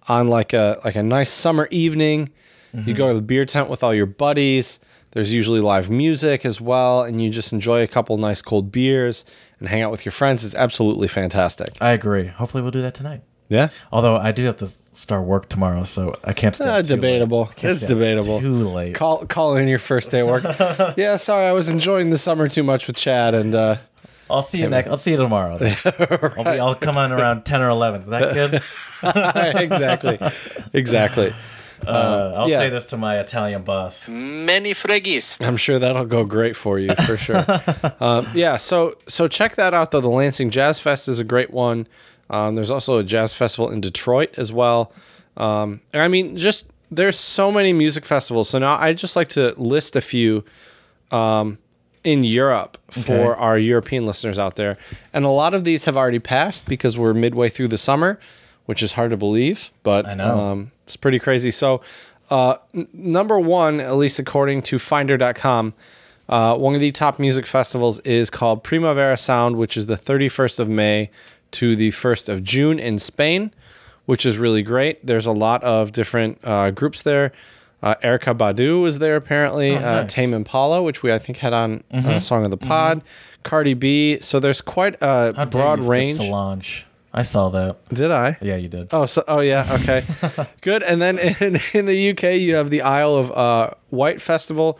on like a like a nice summer evening. Mm-hmm. You go to the beer tent with all your buddies. There's usually live music as well, and you just enjoy a couple nice cold beers and hang out with your friends. It's absolutely fantastic. I agree. Hopefully we'll do that tonight. Yeah. Although I do have to start work tomorrow, so I can't stay. Uh, up too late. debatable. Can't It's stay up debatable. Too late. Call call in your first day at work. yeah, sorry, I was enjoying the summer too much with Chad, and uh, I'll see you next. I'll see you tomorrow. then. I'll, be, I'll come on around ten or eleven. Is that good? exactly, exactly. Uh, I'll yeah. say this to my Italian boss. Many fregis. I'm sure that'll go great for you for sure. um, yeah, so so check that out though. The Lansing Jazz Fest is a great one. Um, there's also a jazz festival in Detroit as well. Um, and I mean, just there's so many music festivals. So now I just like to list a few um, in Europe for Okay. our European listeners out there. And a lot of these have already passed because we're midway through the summer, which is hard to believe, but I know. Um, it's pretty crazy. So, uh, n- number one, at least according to Finder.com, uh, one of the top music festivals is called Primavera Sound, which is the 31st of May to the 1st of June in Spain, which is really great. There's a lot of different uh, groups there. Uh, Erica Badu is there apparently. uh, Oh, nice. Mm-hmm. Tame Impala, which we I think had on uh, Song of the Pod, Cardi B. So there's quite a How dare Mm-hmm. broad you skip range. Solange. I saw that. Did I? Yeah, you did. Oh, so, oh yeah, okay, good. And then in, in the UK, you have the Isle of uh, Wight Festival,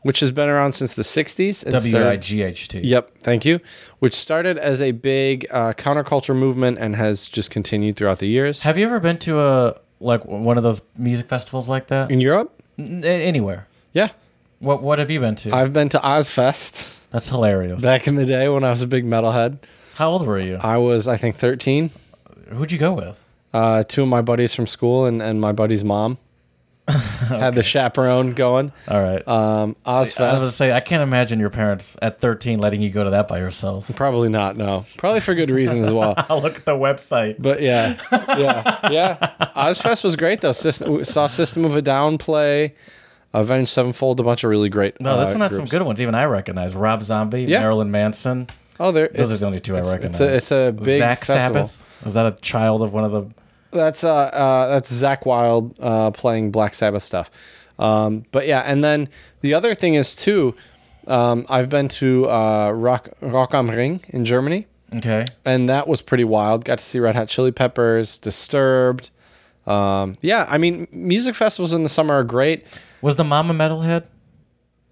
which has been around since the '60s. It started- W i g h t. Yep, thank you. Which started as a big uh, counterculture movement and has just continued throughout the years Have you ever been to a like w- one of those music festivals like that? in Europe. N- a- anywhere. Yeah, What What have you been to? I've been to Ozfest That's hilarious. back in the day when I was a big metalhead. How old were you? I was, I think, 13. Who'd you go with? uh, two of my buddies from school and, and my buddy's mom had the chaperone going. All right. Um, I was gonna Ozfest, say I can't imagine your parents at 13 letting you go to that by yourself. probably not. No, probably for good reason as well. I'll look at the website. But yeah, yeah, yeah. Ozfest was great though. System, saw System of a Down play, Avenged Sevenfold, a bunch of really great. No, this uh, one has some groups. good ones. Even I recognize Rob Zombie, Yeah. Marilyn Manson. Oh, there. Those it's- are the only two I it's- It's recognize. a, it's a big Zach festival. Sabbath. Is that a child of one of the? That's uh, uh that's Zach Wild uh, playing Black Sabbath stuff. Um, but yeah, and then the other thing is too, um, I've been to uh, Rock Rock am Ring in Germany, Okay, and that was pretty wild. Got to see Red Hot Chili Peppers, Disturbed. Um, yeah, I mean, music festivals in the summer are great. was the mama metalhead?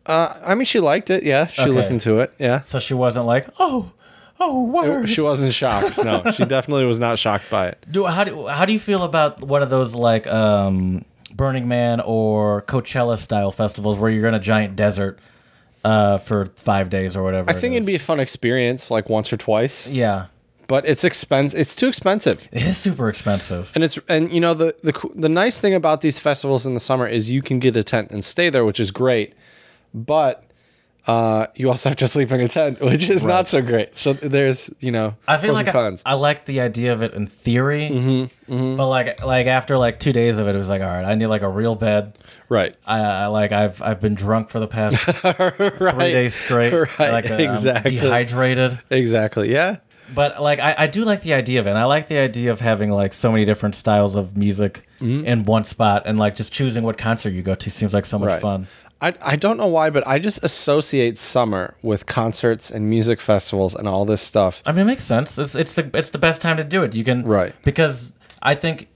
Uh, I mean, she liked it. Yeah, she Okay. listened to it. Yeah, So she wasn't like, oh, oh, word. she wasn't shocked. No, she definitely was not shocked by it. do how do how do you feel about one of those like um, Burning Man or Coachella style festivals where you're in a giant desert uh, for five days or whatever? I think it'd be a fun experience, like once or twice, yeah. but it's expense. It's too expensive. It is super expensive. And it's and you know the the coo- the nice thing about these festivals in the summer is you can get a tent and stay there, which is great. But uh, you also have to sleep in a tent, which is not so great. So there's you know I feel pros like and I, cons. Mm-hmm, I like the idea of it in theory, but like like after like two days of it, it was like, all right, I need like a real bed. right, I, I like I've I've been drunk for the past three days straight. Right, like, uh, I'm exactly. dehydrated. exactly. Yeah, but like I, I do like the idea of it. And I like the idea of having like so many different styles of music Mm-hmm. in one spot and like just choosing what concert you go to seems like so much Right. fun. I, I don't know why, but I just associate summer with concerts and music festivals and all this stuff. I mean, it makes sense. It's it's the it's the best time to do it. You can Right. because I think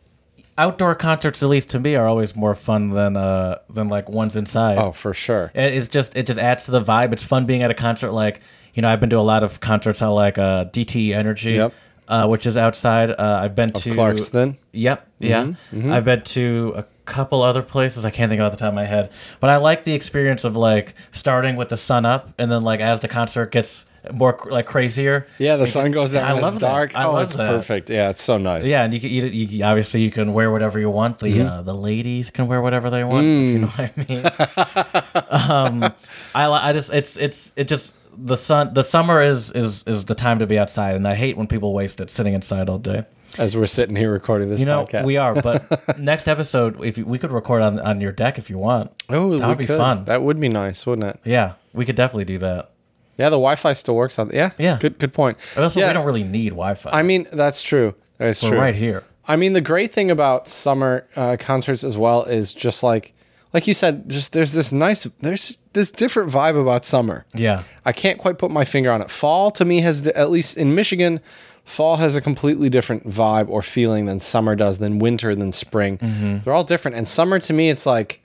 outdoor concerts, at least to me, are always more fun than uh than like ones inside. Oh, for sure. It- It's just it just adds to the vibe. It's fun being at a concert. Like you know, I've been to a lot of concerts. I like uh, DT Energy, Yep. uh, which is outside. Uh, I've been to Clarkston. Mm-hmm, Yep. Yeah. I've been to a couple other places. I can't think of off the top of my head, but I like the experience of like starting with the sun up, and then like as the concert gets more cr- like crazier. Yeah, the sun goes down. I and love it's that. dark. I oh, love it's that. perfect. Yeah, it's so nice. Yeah, and you can eat it. You, obviously, you can wear whatever you want. Mm-hmm. The uh, the ladies can wear whatever they want. If Mm. you know what I mean. um, I li- I just it's it's it just the sun the summer is is is the time to be outside, and I hate when people waste it sitting inside all day. As we're sitting here recording this You know podcast, we are, but next episode if you, we could record on on your deck if you want. Oh, that we would be could. fun. That would be nice, wouldn't it? yeah, we could definitely do that. Yeah, the Wi-Fi still works on. Yeah, Yeah. Good, good point. But also, yeah, we don't really need Wi-Fi. I mean, that's true. That's We're true. right here. I mean, the great thing about summer uh, concerts as well is just like, like you said, just there's this nice, there's this different vibe about summer. Yeah, I can't quite put my finger on it. Fall to me has, at least in Michigan, fall has a completely different vibe or feeling than summer does, than winter, than spring. They're all different. And summer to me, it's like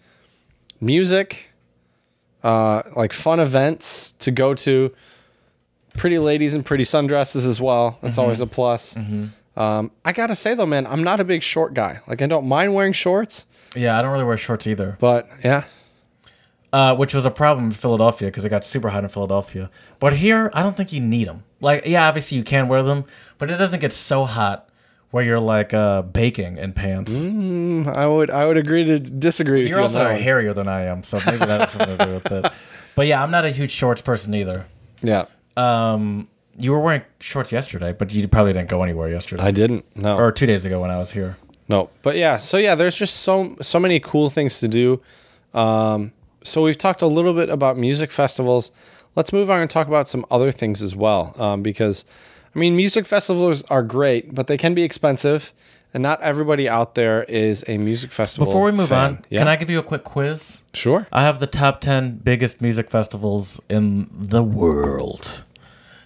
music, uh, like fun events to go to, pretty ladies in pretty sundresses as well. That's always a plus. Um, I gotta say though, man, I'm not a big short guy. Like I don't mind wearing shorts, yeah. I don't really wear shorts either. but yeah, uh, which was a problem in Philadelphia because it got super hot in Philadelphia. But here, I don't think you need them. Like, yeah, obviously you can wear them, but it doesn't get so hot where you're like uh, baking in pants. Mm, I would I would agree to disagree with You're you on that also one. hairier than I am, so maybe that has something to do with it. But yeah, I'm not a huge shorts person either. Yeah, You were wearing shorts yesterday, but you probably didn't go anywhere yesterday I didn't. No, or two days ago when I was here. No, but yeah, so yeah, there's just so so many cool things to do. Um, so we've talked a little bit about music festivals. Let's move on and talk about some other things as well, um, because I mean, music festivals are great, but they can be expensive, and not everybody out there is a music festival. Before we move fan. on, yeah, can I give you a quick quiz? Sure. I have the top 10 biggest music festivals in the world.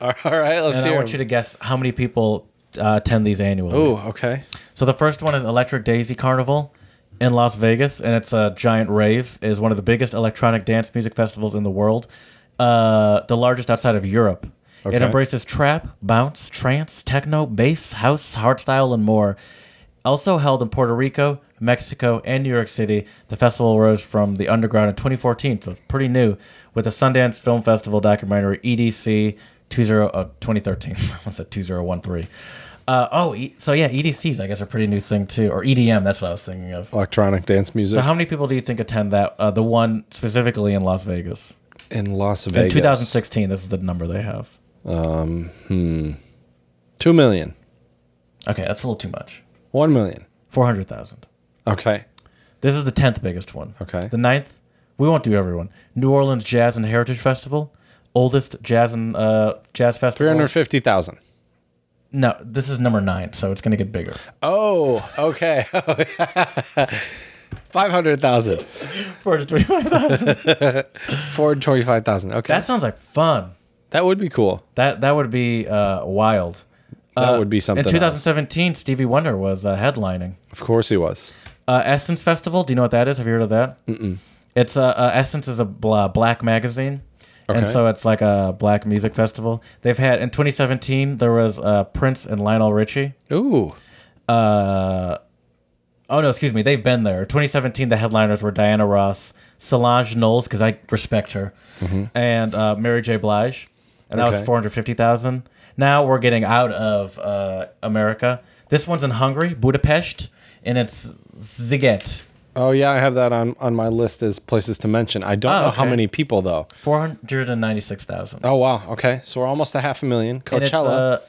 All right, let's And I hear. want you to guess how many people uh, attend these annually. Oh, okay. So the first one is Electric Daisy Carnival in Las Vegas, and it's a giant rave. It is one of the biggest electronic dance music festivals in the world, uh, the largest outside of Europe. It Okay. embraces trap, bounce, trance, techno, bass, house, hardstyle, and more. Also held in Puerto Rico, Mexico, and New York City, the festival rose from the underground in 2014, so it's pretty new, with the Sundance Film Festival documentary E EDC 20, uh, 2013. I said 2013. Uh, oh, e- so yeah, EDCs, I guess, are a pretty new thing too, or EDM, that's what I was thinking of. Electronic dance music So how many people do you think attend that, uh, the one specifically in Las Vegas? in Las In Vegas. 2016, this is the number they have. Two million. Okay, that's a little too much. One million. 400,000. Okay. This is the tenth biggest one. Okay. The ninth, we won't do everyone. New Orleans Jazz and Heritage Festival, oldest jazz and uh, jazz Three festival. hundred fifty thousand. No, this is number nine, so it's gonna get bigger. Oh, okay. Five hundred thousand. Four hundred twenty-five thousand. Four hundred twenty-five thousand. Okay, that sounds like fun. that would be cool. That that would be uh, wild. That Uh, would be something. In else. 2017, Stevie Wonder was uh, headlining. Of course, he was. Uh, Essence Festival. Do you know what that is? Have you heard of that? Mm-mm. It's uh, uh, Essence is a bl- uh, black magazine, and Okay. so it's like a black music festival. They've had in 2017 there was uh, Prince and Lionel Richie. Ooh, Uh, oh no, excuse me. They've been there. 2017, the headliners were Diana Ross, Solange Knowles, because I respect her, and uh, Mary J. Blige, and that was Mm-hmm. Okay. 450,000. Now we're getting out of uh, America. This one's in Hungary, Budapest, and it's Ziget. oh yeah, I have that on on my list as places to mention. I don't Oh, know how okay. many people though. 496,000. Oh wow, okay, so we're almost a half a million. And it's uh, Coachella. a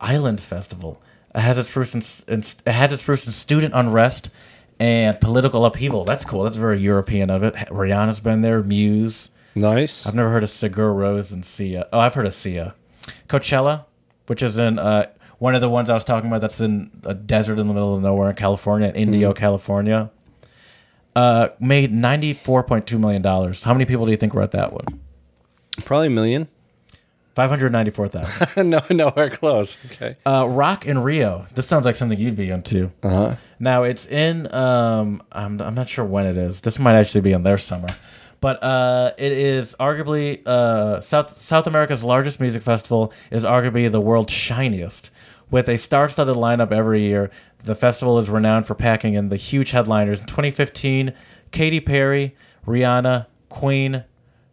island festival. It has its roots in, s- in s- it has its roots in student unrest and political upheaval. That's cool. That's very European of it. Rihanna's been there. Muse. nice. I've never heard of Sigur Rose and Sia. Oh, I've heard of Sia. Coachella. which is in uh, one of the ones I was talking about. That's in a desert in the middle of nowhere in California, Indio, California. Uh, made ninety four point two million dollars. How many people do you think were at that one? Probably a million. Five hundred ninety four thousand. no, nowhere close. Okay. uh, Rock in Rio. This sounds like something you'd be into. Uh-huh. Now it's in. Um, I'm I'm not sure when it is. This might actually be in their summer, but uh, it is arguably uh, South South America's largest music festival. Is arguably the world's shiniest, with a star-studded lineup every year. The festival is renowned for packing in the huge headliners. In 2015, Katy Perry, Rihanna, Queen,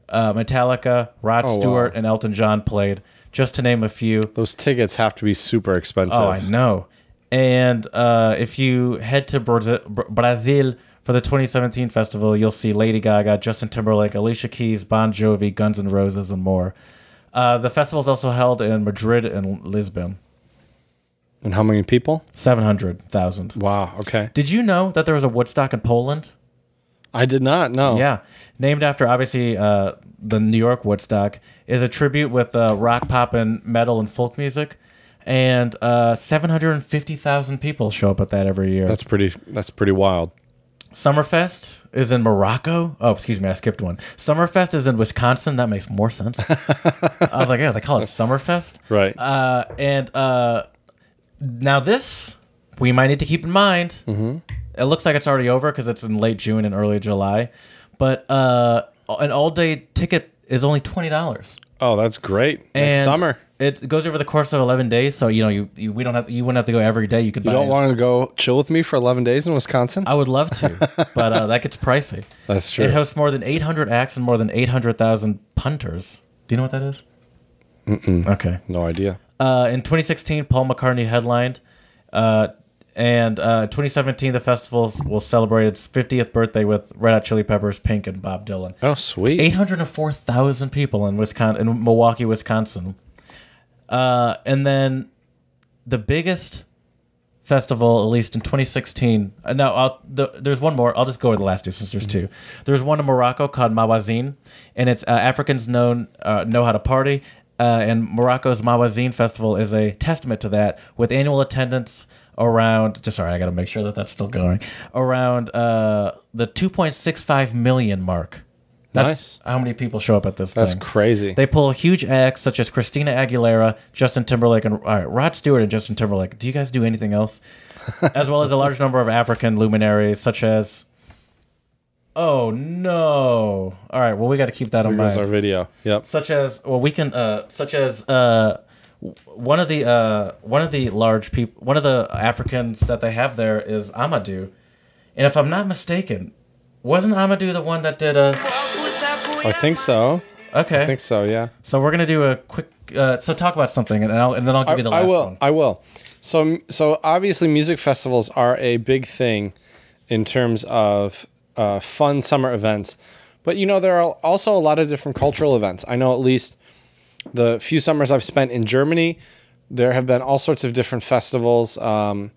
uh, Metallica, Rod Oh, wow. Stewart, and Elton John played, just to name a few. Those tickets have to be super expensive. Oh, I know. And uh, if you head to Brazil, Brazil for the 2017 festival, you'll see Lady Gaga, Justin Timberlake, Alicia Keys, Bon Jovi, Guns N' Roses, and more. Uh, the festival is also held in Madrid and Lisbon. And how many people? 700,000. Wow. Okay. Did you know that there was a Woodstock in Poland? I did not know. Yeah, named after obviously uh, the New York Woodstock is a tribute with uh, rock, pop, and metal and folk music, and uh, seven hundred and fifty thousand people show up at that every year. That's pretty. That's pretty wild. Summerfest is in Morocco. Oh, excuse me, I skipped one. Summerfest is in Wisconsin. That makes more sense. I was like, yeah, they call it Summerfest. Right. Uh, and uh, now this we might need to keep in mind. Mm-hmm. It looks like it's already over because it's in late June and early July, but uh, an all-day ticket is only twenty dollars. oh, that's great. And It's summer. It goes over the course of eleven days, so you know you, you we don't have you wouldn't have to go every day. You could You buy don't a- want to go chill with me for 11 days in Wisconsin? I would love to, but uh, that gets pricey. That's true. It hosts more than 800 acts and more than 800,000 punters. Do you know what that is? Okay. no idea. Uh, in 2016, Paul McCartney headlined, uh, and uh, 2017 the festival will celebrate its 50th birthday with Red Hot Chili Peppers, Pink, and Bob Dylan. Oh, sweet. 804,000 people in Wisconsin, in Milwaukee, Wisconsin. Uh, and then the biggest festival, at least in 2016. Uh, no, I'll, the, there's one more. I'll just go with the last two since there's Mm-hmm. two. There's one in Morocco called Mawazine, and it's uh, Africans known uh, know how to party. Uh, and Morocco's Mawazine festival is a testament to that, with annual attendance around. Just sorry, I got to make sure that that's still going around uh, the 2.65 million mark. Nice. That's how many people show up at this That's thing. crazy. They pull huge acts such as Christina Aguilera, Justin Timberlake, and all right, Rod Stewart and Justin Timberlake. Do you guys do anything else? as well as a large number of African luminaries such as. Oh no! All right, well we got to keep that in there goes our mind. video. Yep. Such as well, we can uh, such as uh, w- one of the uh, one of the large people, one of the Africans that they have there is Amadou, and if I'm not mistaken, wasn't Amadou the one that did a? I think so. Okay, I think so, yeah. so we're gonna do a quick. Uh, so talk about something, and, I'll, and then I'll give I, you the I last will. one. I will. So, so obviously, music festivals are a big thing in terms of uh, fun summer events. But you know, there are also a lot of different cultural events. I know at least the few summers I've spent in Germany, there have been all sorts of different festivals, um,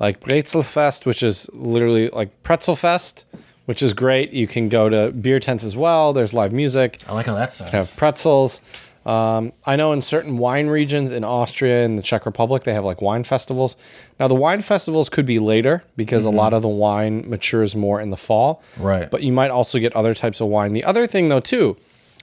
like Brezelfest, which is literally like Pretzelfest, which is great. You can go to beer tents as well. There's live music I like how that sounds. have pretzels. Um, I know in certain wine regions in Austria and the Czech Republic, they have like wine festivals. Now, the wine festivals could be later because a lot of the wine matures more in the fall. Right. But you might also get other types of wine. The other thing, though, too,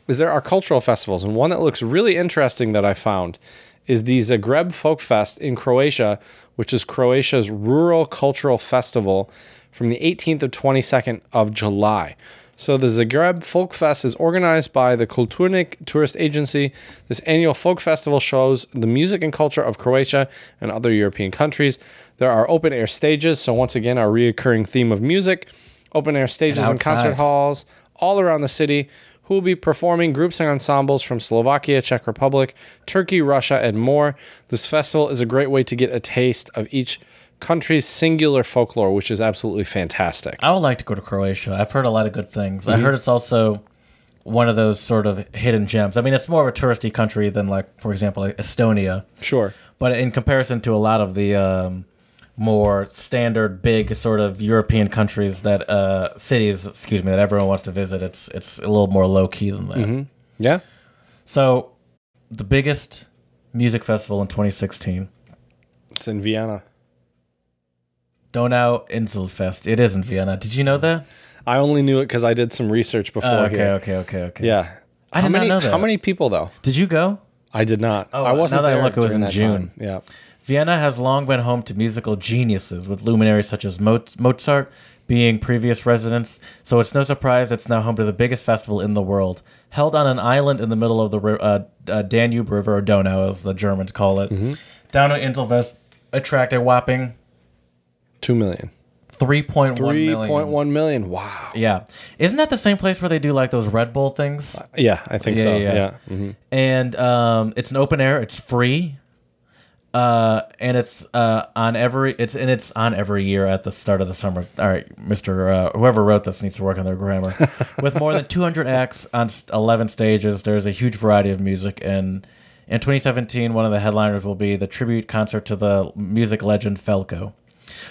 is there are cultural festivals. And one that looks really interesting that I found is the Zagreb Folk Fest in Croatia, which is Croatia's rural cultural festival from the 18th to 22nd of July. So the Zagreb Folk Fest is organized by the Kulturnik Tourist Agency. This annual folk festival shows the music and culture of Croatia and other European countries. There are open air stages, so once again our reoccurring theme of music, open air stages and, concert outside. halls all around the city who will be performing groups and ensembles from Slovakia, Czech Republic, Turkey, Russia, and more. This festival is a great way to get a taste of each country's singular folklore, which is absolutely fantastic. I would like to go to Croatia. I've heard a lot of good things. Mm-hmm. I heard it's also one of those sort of hidden gems. I mean, it's more of a touristy country than, like, for example, like Estonia. Sure. But in comparison to a lot of the um, more standard big sort of European countries that uh, cities, excuse me, that everyone wants to visit, it's Mm-hmm. it's a little more low key than that. Yeah. So the biggest Music Festival in 2016. It's in Vienna. Donau Inselfest. It is in Vienna. Did you know that? I only knew it because I did some research before Oh, okay, here. okay, okay, okay. Yeah. I how did not many, know that. How many people though? Did you go? I did not. Oh, I now wasn't that I there. look, it was during in that June. time. Yeah. Vienna has long been home to musical geniuses, with luminaries such as Mo- Mozart being previous residents, so it's no surprise it's now home to the biggest festival in the world. Held on an island in the middle of the ri- uh, uh, Danube River, or Donau, as the Germans call it, Mm-hmm. Donau Inselfest attract a whopping Two million. 3.1 Three million. point one million. Wow. Yeah. Isn't that the same place where they do like those Red Bull things? Yeah, I think Yeah, so. yeah. Yeah. Mhm. and um, it's an open air. It's free, uh, and it's uh, on every it's and it's on every year at the start of the summer. All right, Mister uh, whoever wrote this needs to work on their grammar. With more than 200 acts on s- 11 stages, there's a huge variety of music and. In 2017, one of the headliners will be the tribute concert to the music legend Falco.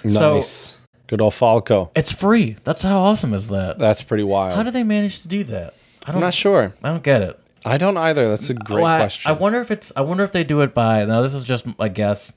Nice. Good old Falco. It's free. That's how awesome is that? That's pretty wild. How do they manage to do that? I I'm don't. not sure. I don't get it. I don't either. That's a great Well, I- question. I, wonder if it's. I wonder if they do it by. Now this is just a guess,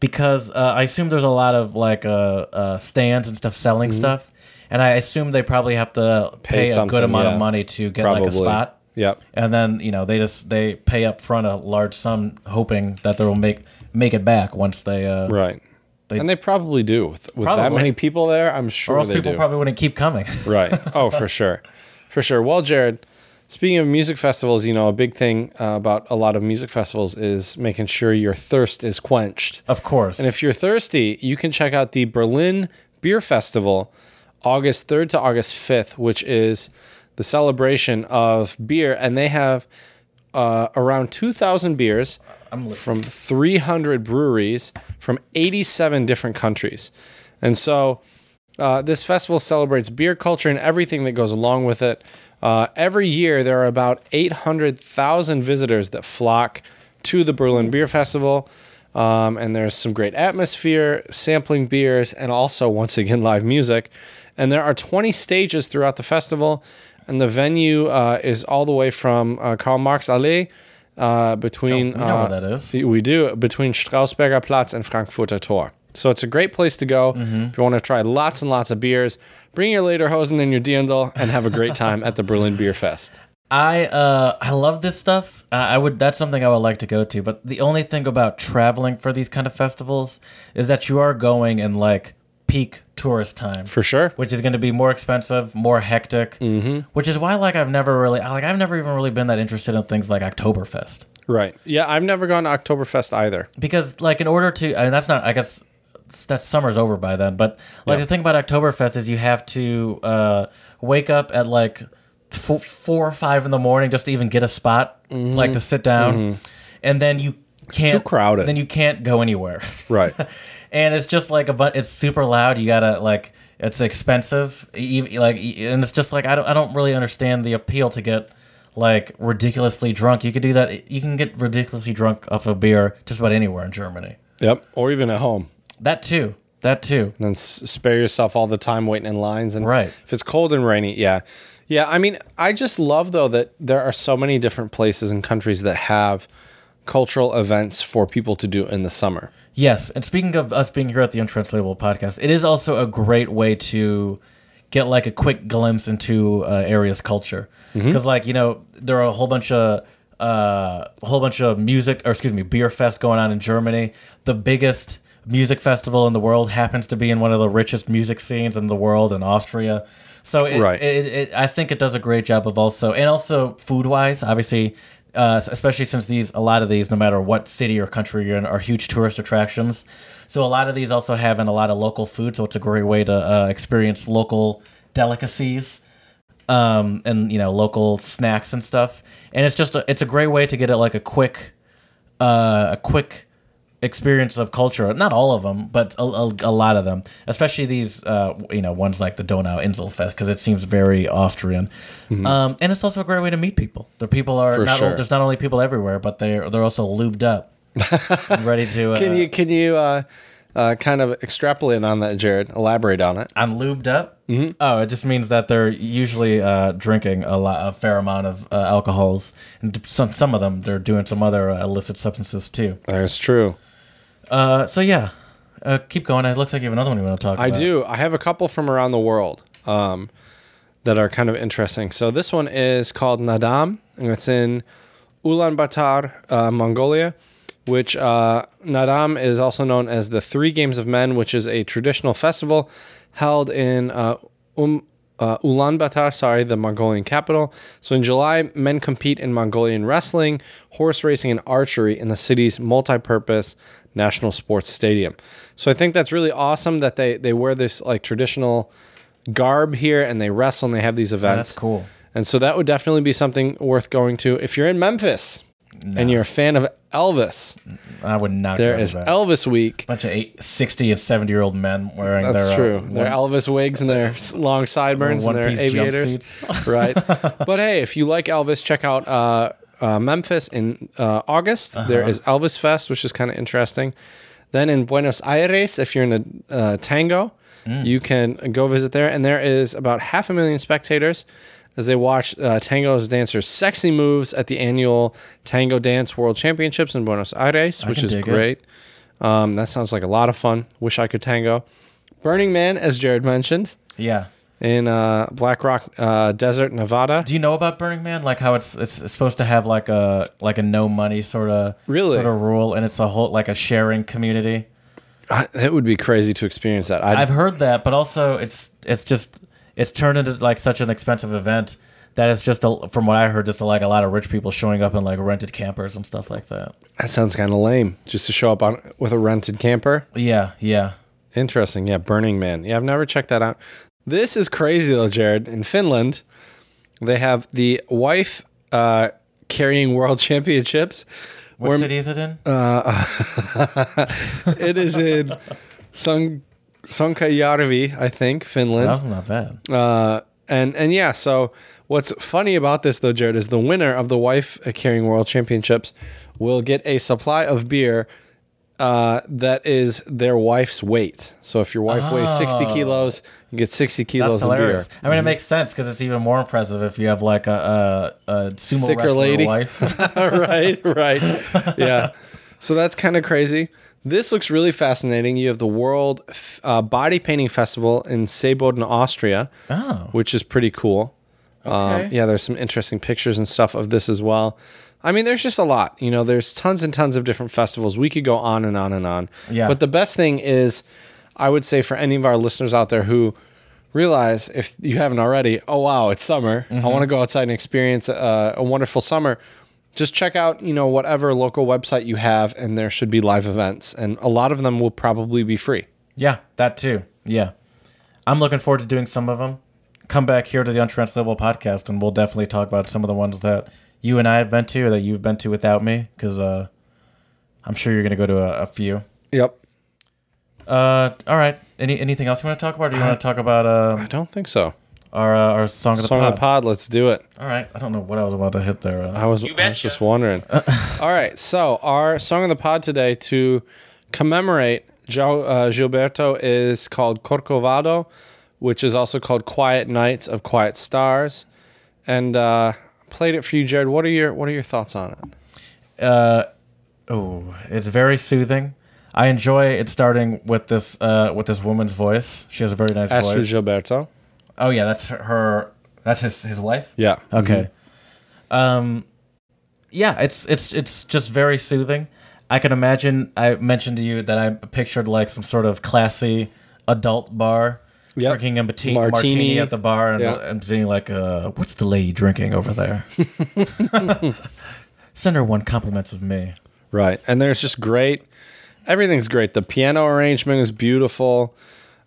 because uh, I assume there's a lot of like uh, uh, stands and stuff selling stuff, and I assume they probably have to Mm-hmm. Pay pay, a something, good amount yeah. of money to get Probably. like a spot, Yep. and then you know they just they pay up front a large sum, hoping that they'll make make it back once they. Uh, Right. They- and they probably do with, with that Probably. many people there. I'm Or sure else they people do. probably wouldn't keep coming. Right. Oh, for sure. For sure. Well, Jared, speaking of music festivals, you know, a big thing uh, about a lot of music festivals is making sure your thirst is quenched. of course. And if you're thirsty, you can check out the Berlin Beer Festival, August 3rd to August 5th, which is the celebration of beer. And they have uh, around 2,000 beers from 300 breweries from 87 different countries. And so uh, this festival celebrates beer culture and everything that goes along with it. Uh, every year, there are about 800,000 visitors that flock to the Berlin Beer Festival. Um, and there's some great atmosphere, sampling beers, and also, once again, live music. And there are 20 stages throughout the festival. And the venue uh, is all the way from uh, Karl Marx Allee uh, between. Oh, we know uh, where that is. we do between Strausberger Platz and Frankfurter Tor. So it's a great place to go if you want to try lots and lots of beers. Bring your lederhosen and your dirndl and have a great time at the Berlin Beer Fest. I uh I love this stuff. Uh, I would that's something I would like to go to. But the only thing about traveling for these kind of festivals is that you are going in like peak tourist time, For sure. which is going to be more expensive, more hectic. Mm-hmm. Which is why like I've never really I- like I've never even really been that interested in things like Oktoberfest Right. Yeah, I've never gone to Oktoberfest either. because like in order to I mean, that's not I guess s- that summer's over by then. But like the thing about Oktoberfest is you have to uh wake up at like four, four or five in the morning just to even get a spot like to sit down, and then you can't Mm-hmm. too crowded. Then you can't go anywhere. Right. and it's just like a but it's super loud. You gotta like it's expensive. Even like e- and it's just like I don't I don't really understand the appeal to get like ridiculously drunk. You could do that. You can get ridiculously drunk off a beer just about anywhere in Germany. yep. Or even at home. That too. That too. And then s- spare yourself all the time waiting in lines. And Right. if it's cold and rainy, yeah. Yeah, I mean, I just love though that there are so many different places and countries that have cultural events for people to do in the summer. Yes. And speaking of us being here at the Untranslatable podcast, it is also a great way to get like a quick glimpse into uh, area's culture because like you know there are a whole bunch of uh, a whole bunch of music or excuse me beer fest going on in Germany. The biggest music festival in the world happens to be in one of the richest music scenes in the world in Austria. So it, Right. it, it, I think it does a great job of also and also food wise, obviously, uh, especially since these a lot of these, no matter what city or country you're in, are huge tourist attractions. So a lot of these also have in a lot of local food. So it's a great way to uh, experience local delicacies um, and you know local snacks and stuff. And it's just a, it's a great way to get it like a quick uh, a quick experience of culture. Not all of them, but a, a, a lot of them, especially these uh, you know ones like the Donau Inselfest because it seems very Austrian. Um, and it's also a great way to meet people. The people are Mm-hmm. For not sure. there's not only people everywhere, but they're they're also lubed up, and ready to. Uh, Can you can you uh, uh, kind of extrapolate on that, Jared. Elaborate on it. I'm lubed up. Mm-hmm. Oh, it just means that they're usually uh, drinking a lot, a fair amount of uh, alcohols, and d- some some of them they're doing some other uh, illicit substances too. That's true. Uh, so yeah, uh, keep going. It looks like you have another one you want to talk I about. do. I have a couple from around the world um, that are kind of interesting. So this one is called Nadam, and it's in Ulaanbaatar, uh, Mongolia, which uh, Nadam is also known as the Three Games of Men, which is a traditional festival held in uh, um, uh, Ulaanbaatar, sorry, the Mongolian capital. So in July, men compete in Mongolian wrestling, horse racing, and archery in the city's multi-purpose national sports stadium. So I think that's really awesome that they they wear this like traditional garb here and they wrestle and they have these events. That's cool. And so that would definitely be something worth going to if you're in Memphis and you're a fan of Elvis. I would not. There go is to that. Elvis Week. bunch of eight, 60 and 70 year old men wearing That's their true. uh, their Elvis wigs and their s- long sideburns and their one-piece aviators. jumpsuits. right. But hey, if you like Elvis, check out uh, uh, Memphis in uh, August. Uh-huh. There is Elvis Fest, which is kind of interesting. Then in Buenos Aires, if you're in a uh, tango, Mm. you can go visit there. And there is about half a million spectators as they watch uh, tango's dancers' sexy moves at the annual Tango Dance World Championships in Buenos Aires, which can is dig it. great. Um, that sounds like a lot of fun. Wish I could tango. Burning Man, as Jared mentioned, yeah. in uh, Black Rock uh, Desert, Nevada. Do you know about Burning Man? Like how it's it's it's supposed to have like a like a no money sort of Really? sort of rule, and it's a whole like a sharing community. I- It would be crazy to experience that. I'd, I've heard that, but also it's it's just it's turned into like such an expensive event that it's just a, from what I heard, just like a lot of rich people showing up in like rented campers and stuff like that. that sounds kind of lame, just to show up on with a rented camper. Yeah, yeah. Interesting. Yeah, Burning Man. Yeah, I've never checked that out. This is crazy though, Jared. In Finland, they have the wife uh, carrying world championships. What where- city is it in? uh, it is in Sunk Sunkajärvi, I think, Finland. that was not bad. Uh, and and yeah, so what's funny about this though, Jared, is the winner of the wife carrying world championships will get a supply of beer uh, that is their wife's weight. So if your wife weighs sixty kilos, you get sixty Oh. That's kilos of beer. Mm-hmm. hilarious. I mean, it makes sense because it's even more impressive if you have like a a, a sumo Thicker wrestler lady. wife. right, right. Yeah. So that's kind of crazy. This looks really fascinating. You have the World uh, Body Painting Festival in Seeboden, Austria, Oh. which is pretty cool. Um, Okay. yeah, there's some interesting pictures and stuff of this as well. I mean, there's just a lot. You know, there's tons and tons of different festivals. We could go on and on and on. Yeah. But the best thing is, I would say for any of our listeners out there who realize, if you haven't already, oh wow, it's summer. Mm-hmm. I want to go outside and experience uh, a wonderful summer. Just check out, you know, whatever local website you have, and there should be live events, and a lot of them will probably be free. yeah, that too. Yeah, I'm looking forward to doing some of them. Come back here to the Untranslatable podcast, and we'll definitely talk about some of the ones that you and I have been to, or that you've been to without me, because uh, I'm sure you're gonna go to a, a few. Yep. Uh, all right. Any anything else you want to talk about? Or do you want to talk about uh, I don't think so. our uh, our song of the Song pod? of the pod. Let's do it. All right. I don't know what I was about to hit there. Uh, I was, I was betcha. just wondering. All right, so our song of the pod today to commemorate jo, uh, Gilberto is called Corcovado, which is also called Quiet Nights of Quiet Stars, and uh, played it for you, Jared. What are your What are your thoughts on it? uh, oh, it's very soothing. I enjoy it starting with this uh, with this woman's voice. She has a very nice Astro voice. Gilberto. Oh yeah, that's her. her that's his his wife. Yeah. Okay. Um, yeah, it's it's it's just very soothing. I can imagine. I mentioned to you that I pictured like some sort of classy adult bar. Yep. Drinking a martini, Martini. martini at the bar, and Yeah. I'm seeing like, uh, what's the lady drinking over there? Send her one compliments of me. Right. And there's just great, everything's great. The piano arrangement is beautiful.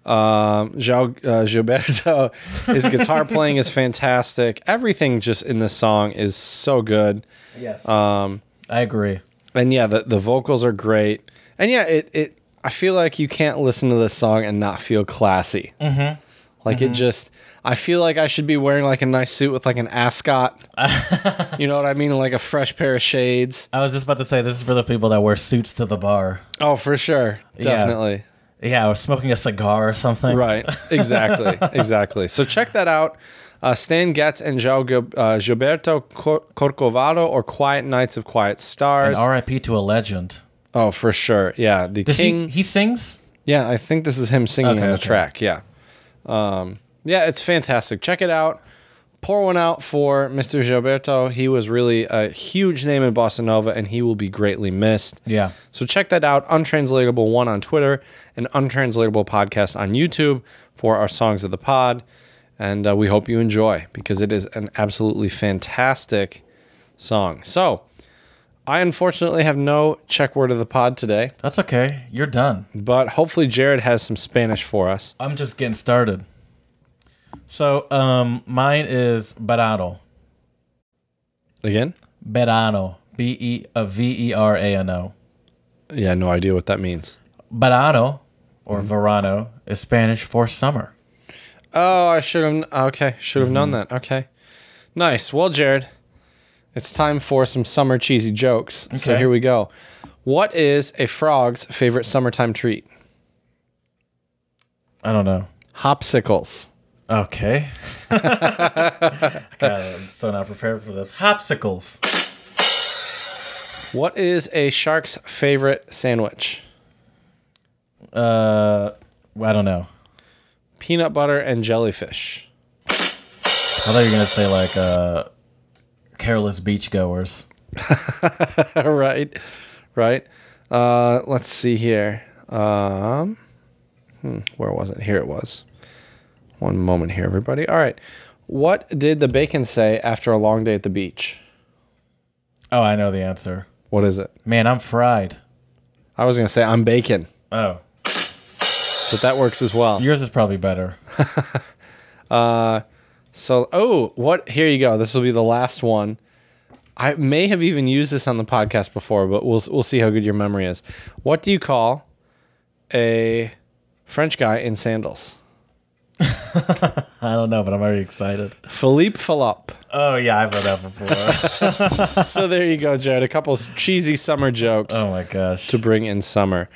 Um, Joao, uh, Gilberto, his guitar playing is fantastic. Everything just in this song is so good. Yes, um, I agree. And yeah, the, the vocals are great. And yeah, it, it, I feel like you can't listen to this song and not feel classy. Mm-hmm. Like it just, I feel like I should be wearing like a nice suit with like an ascot. you know what I mean? Like a fresh pair of shades. I was just about to say this is for the people that wear suits to the bar. Oh, for sure. Yeah. Definitely. Yeah, or smoking a cigar or something. Right. Exactly. exactly. So check that out. Uh, Stan Getz and João Gil- uh, Gilberto Cor- Corcovado or Quiet Nights of Quiet Stars. And R.I.P. to a legend. oh, for sure. Yeah. The Does King. he? He sings. yeah. I think this is him singing Okay, on the okay. track. Yeah. Um, yeah. It's fantastic. Check it out. Pour one out for Mr. Gilberto. He was really a huge name in Bossa Nova and he will be greatly missed. Yeah. So check that out. Untranslatable one on Twitter and Untranslatable podcast on YouTube for our songs of the pod. And uh, we hope you enjoy because it is an absolutely fantastic song. So I unfortunately have no Czech word of the pod today, That's okay. You're done. but hopefully Jared has some Spanish for us. I'm just getting started. So, um, mine is Berano. Again? Berano. B E uh, V E R A N O. Yeah, no idea what that means. Berano, or Verano, is Spanish for summer. Oh, I should have. Okay, should have known that. Okay, nice. Well, Jared, it's time for some summer cheesy jokes. So Okay. here we go. What is a frog's favorite summertime treat? I don't know. Hopsicles. Okay. God, I'm so not prepared for this. Hopsicles. What is a shark's favorite sandwich? Uh, I don't know. Peanut butter and jellyfish. I thought you were gonna say like uh, careless beachgoers. right, right. Uh, let's see here. Um, hmm, where was it? Here it was. One moment here, everybody. All right. What did the bacon say after a long day at the beach? Oh, I know the answer. What is it? Man, I'm fried. I was gonna say I'm bacon, Oh, but that works as well. yours is probably better. so, oh, what? Here you go. This will be the last one. I may have even used this on the podcast before, but we'll we'll see how good your memory is. What do you call a French guy in sandals? I don't know, but I'm already excited. Philippe Philop. Oh yeah, I've heard that before. so there you go, Jared. A couple s- cheesy summer jokes oh my gosh. to bring in summer.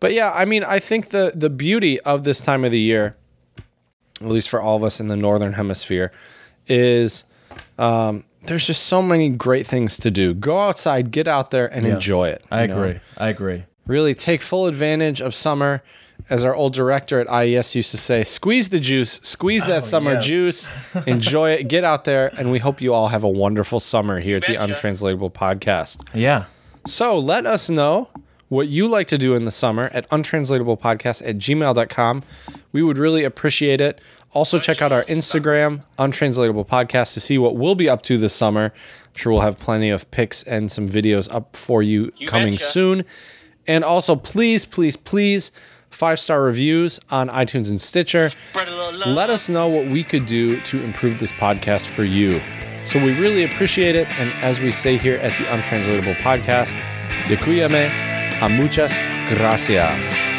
But yeah, I mean, I think the the beauty of this time of the year, at least for all of us in the northern hemisphere, is um, there's just so many great things to do. Go outside, get out there, and enjoy it. I you know? agree. I agree. Really take full advantage of summer. As our old director at IES used to say, squeeze the juice, squeeze that summer Oh, yes. juice, enjoy it, get out there, and we hope you all have a wonderful summer here at the betcha. Untranslatable Podcast. Yeah. So let us know what you like to do in the summer at untranslatablepodcast at gmail.com. We would really appreciate it. Also, check out our Instagram, Untranslatable Podcast, to see what we'll be up to this summer. I'm sure we'll have plenty of pics and some videos up for you, coming betcha. soon. And also, please, please, please, five star reviews on iTunes and Stitcher. Spread a little love. Let us know what we could do to improve this podcast for you. So we really appreciate it. And as we say here at the Untranslatable Podcast, Děkujeme a muchas gracias.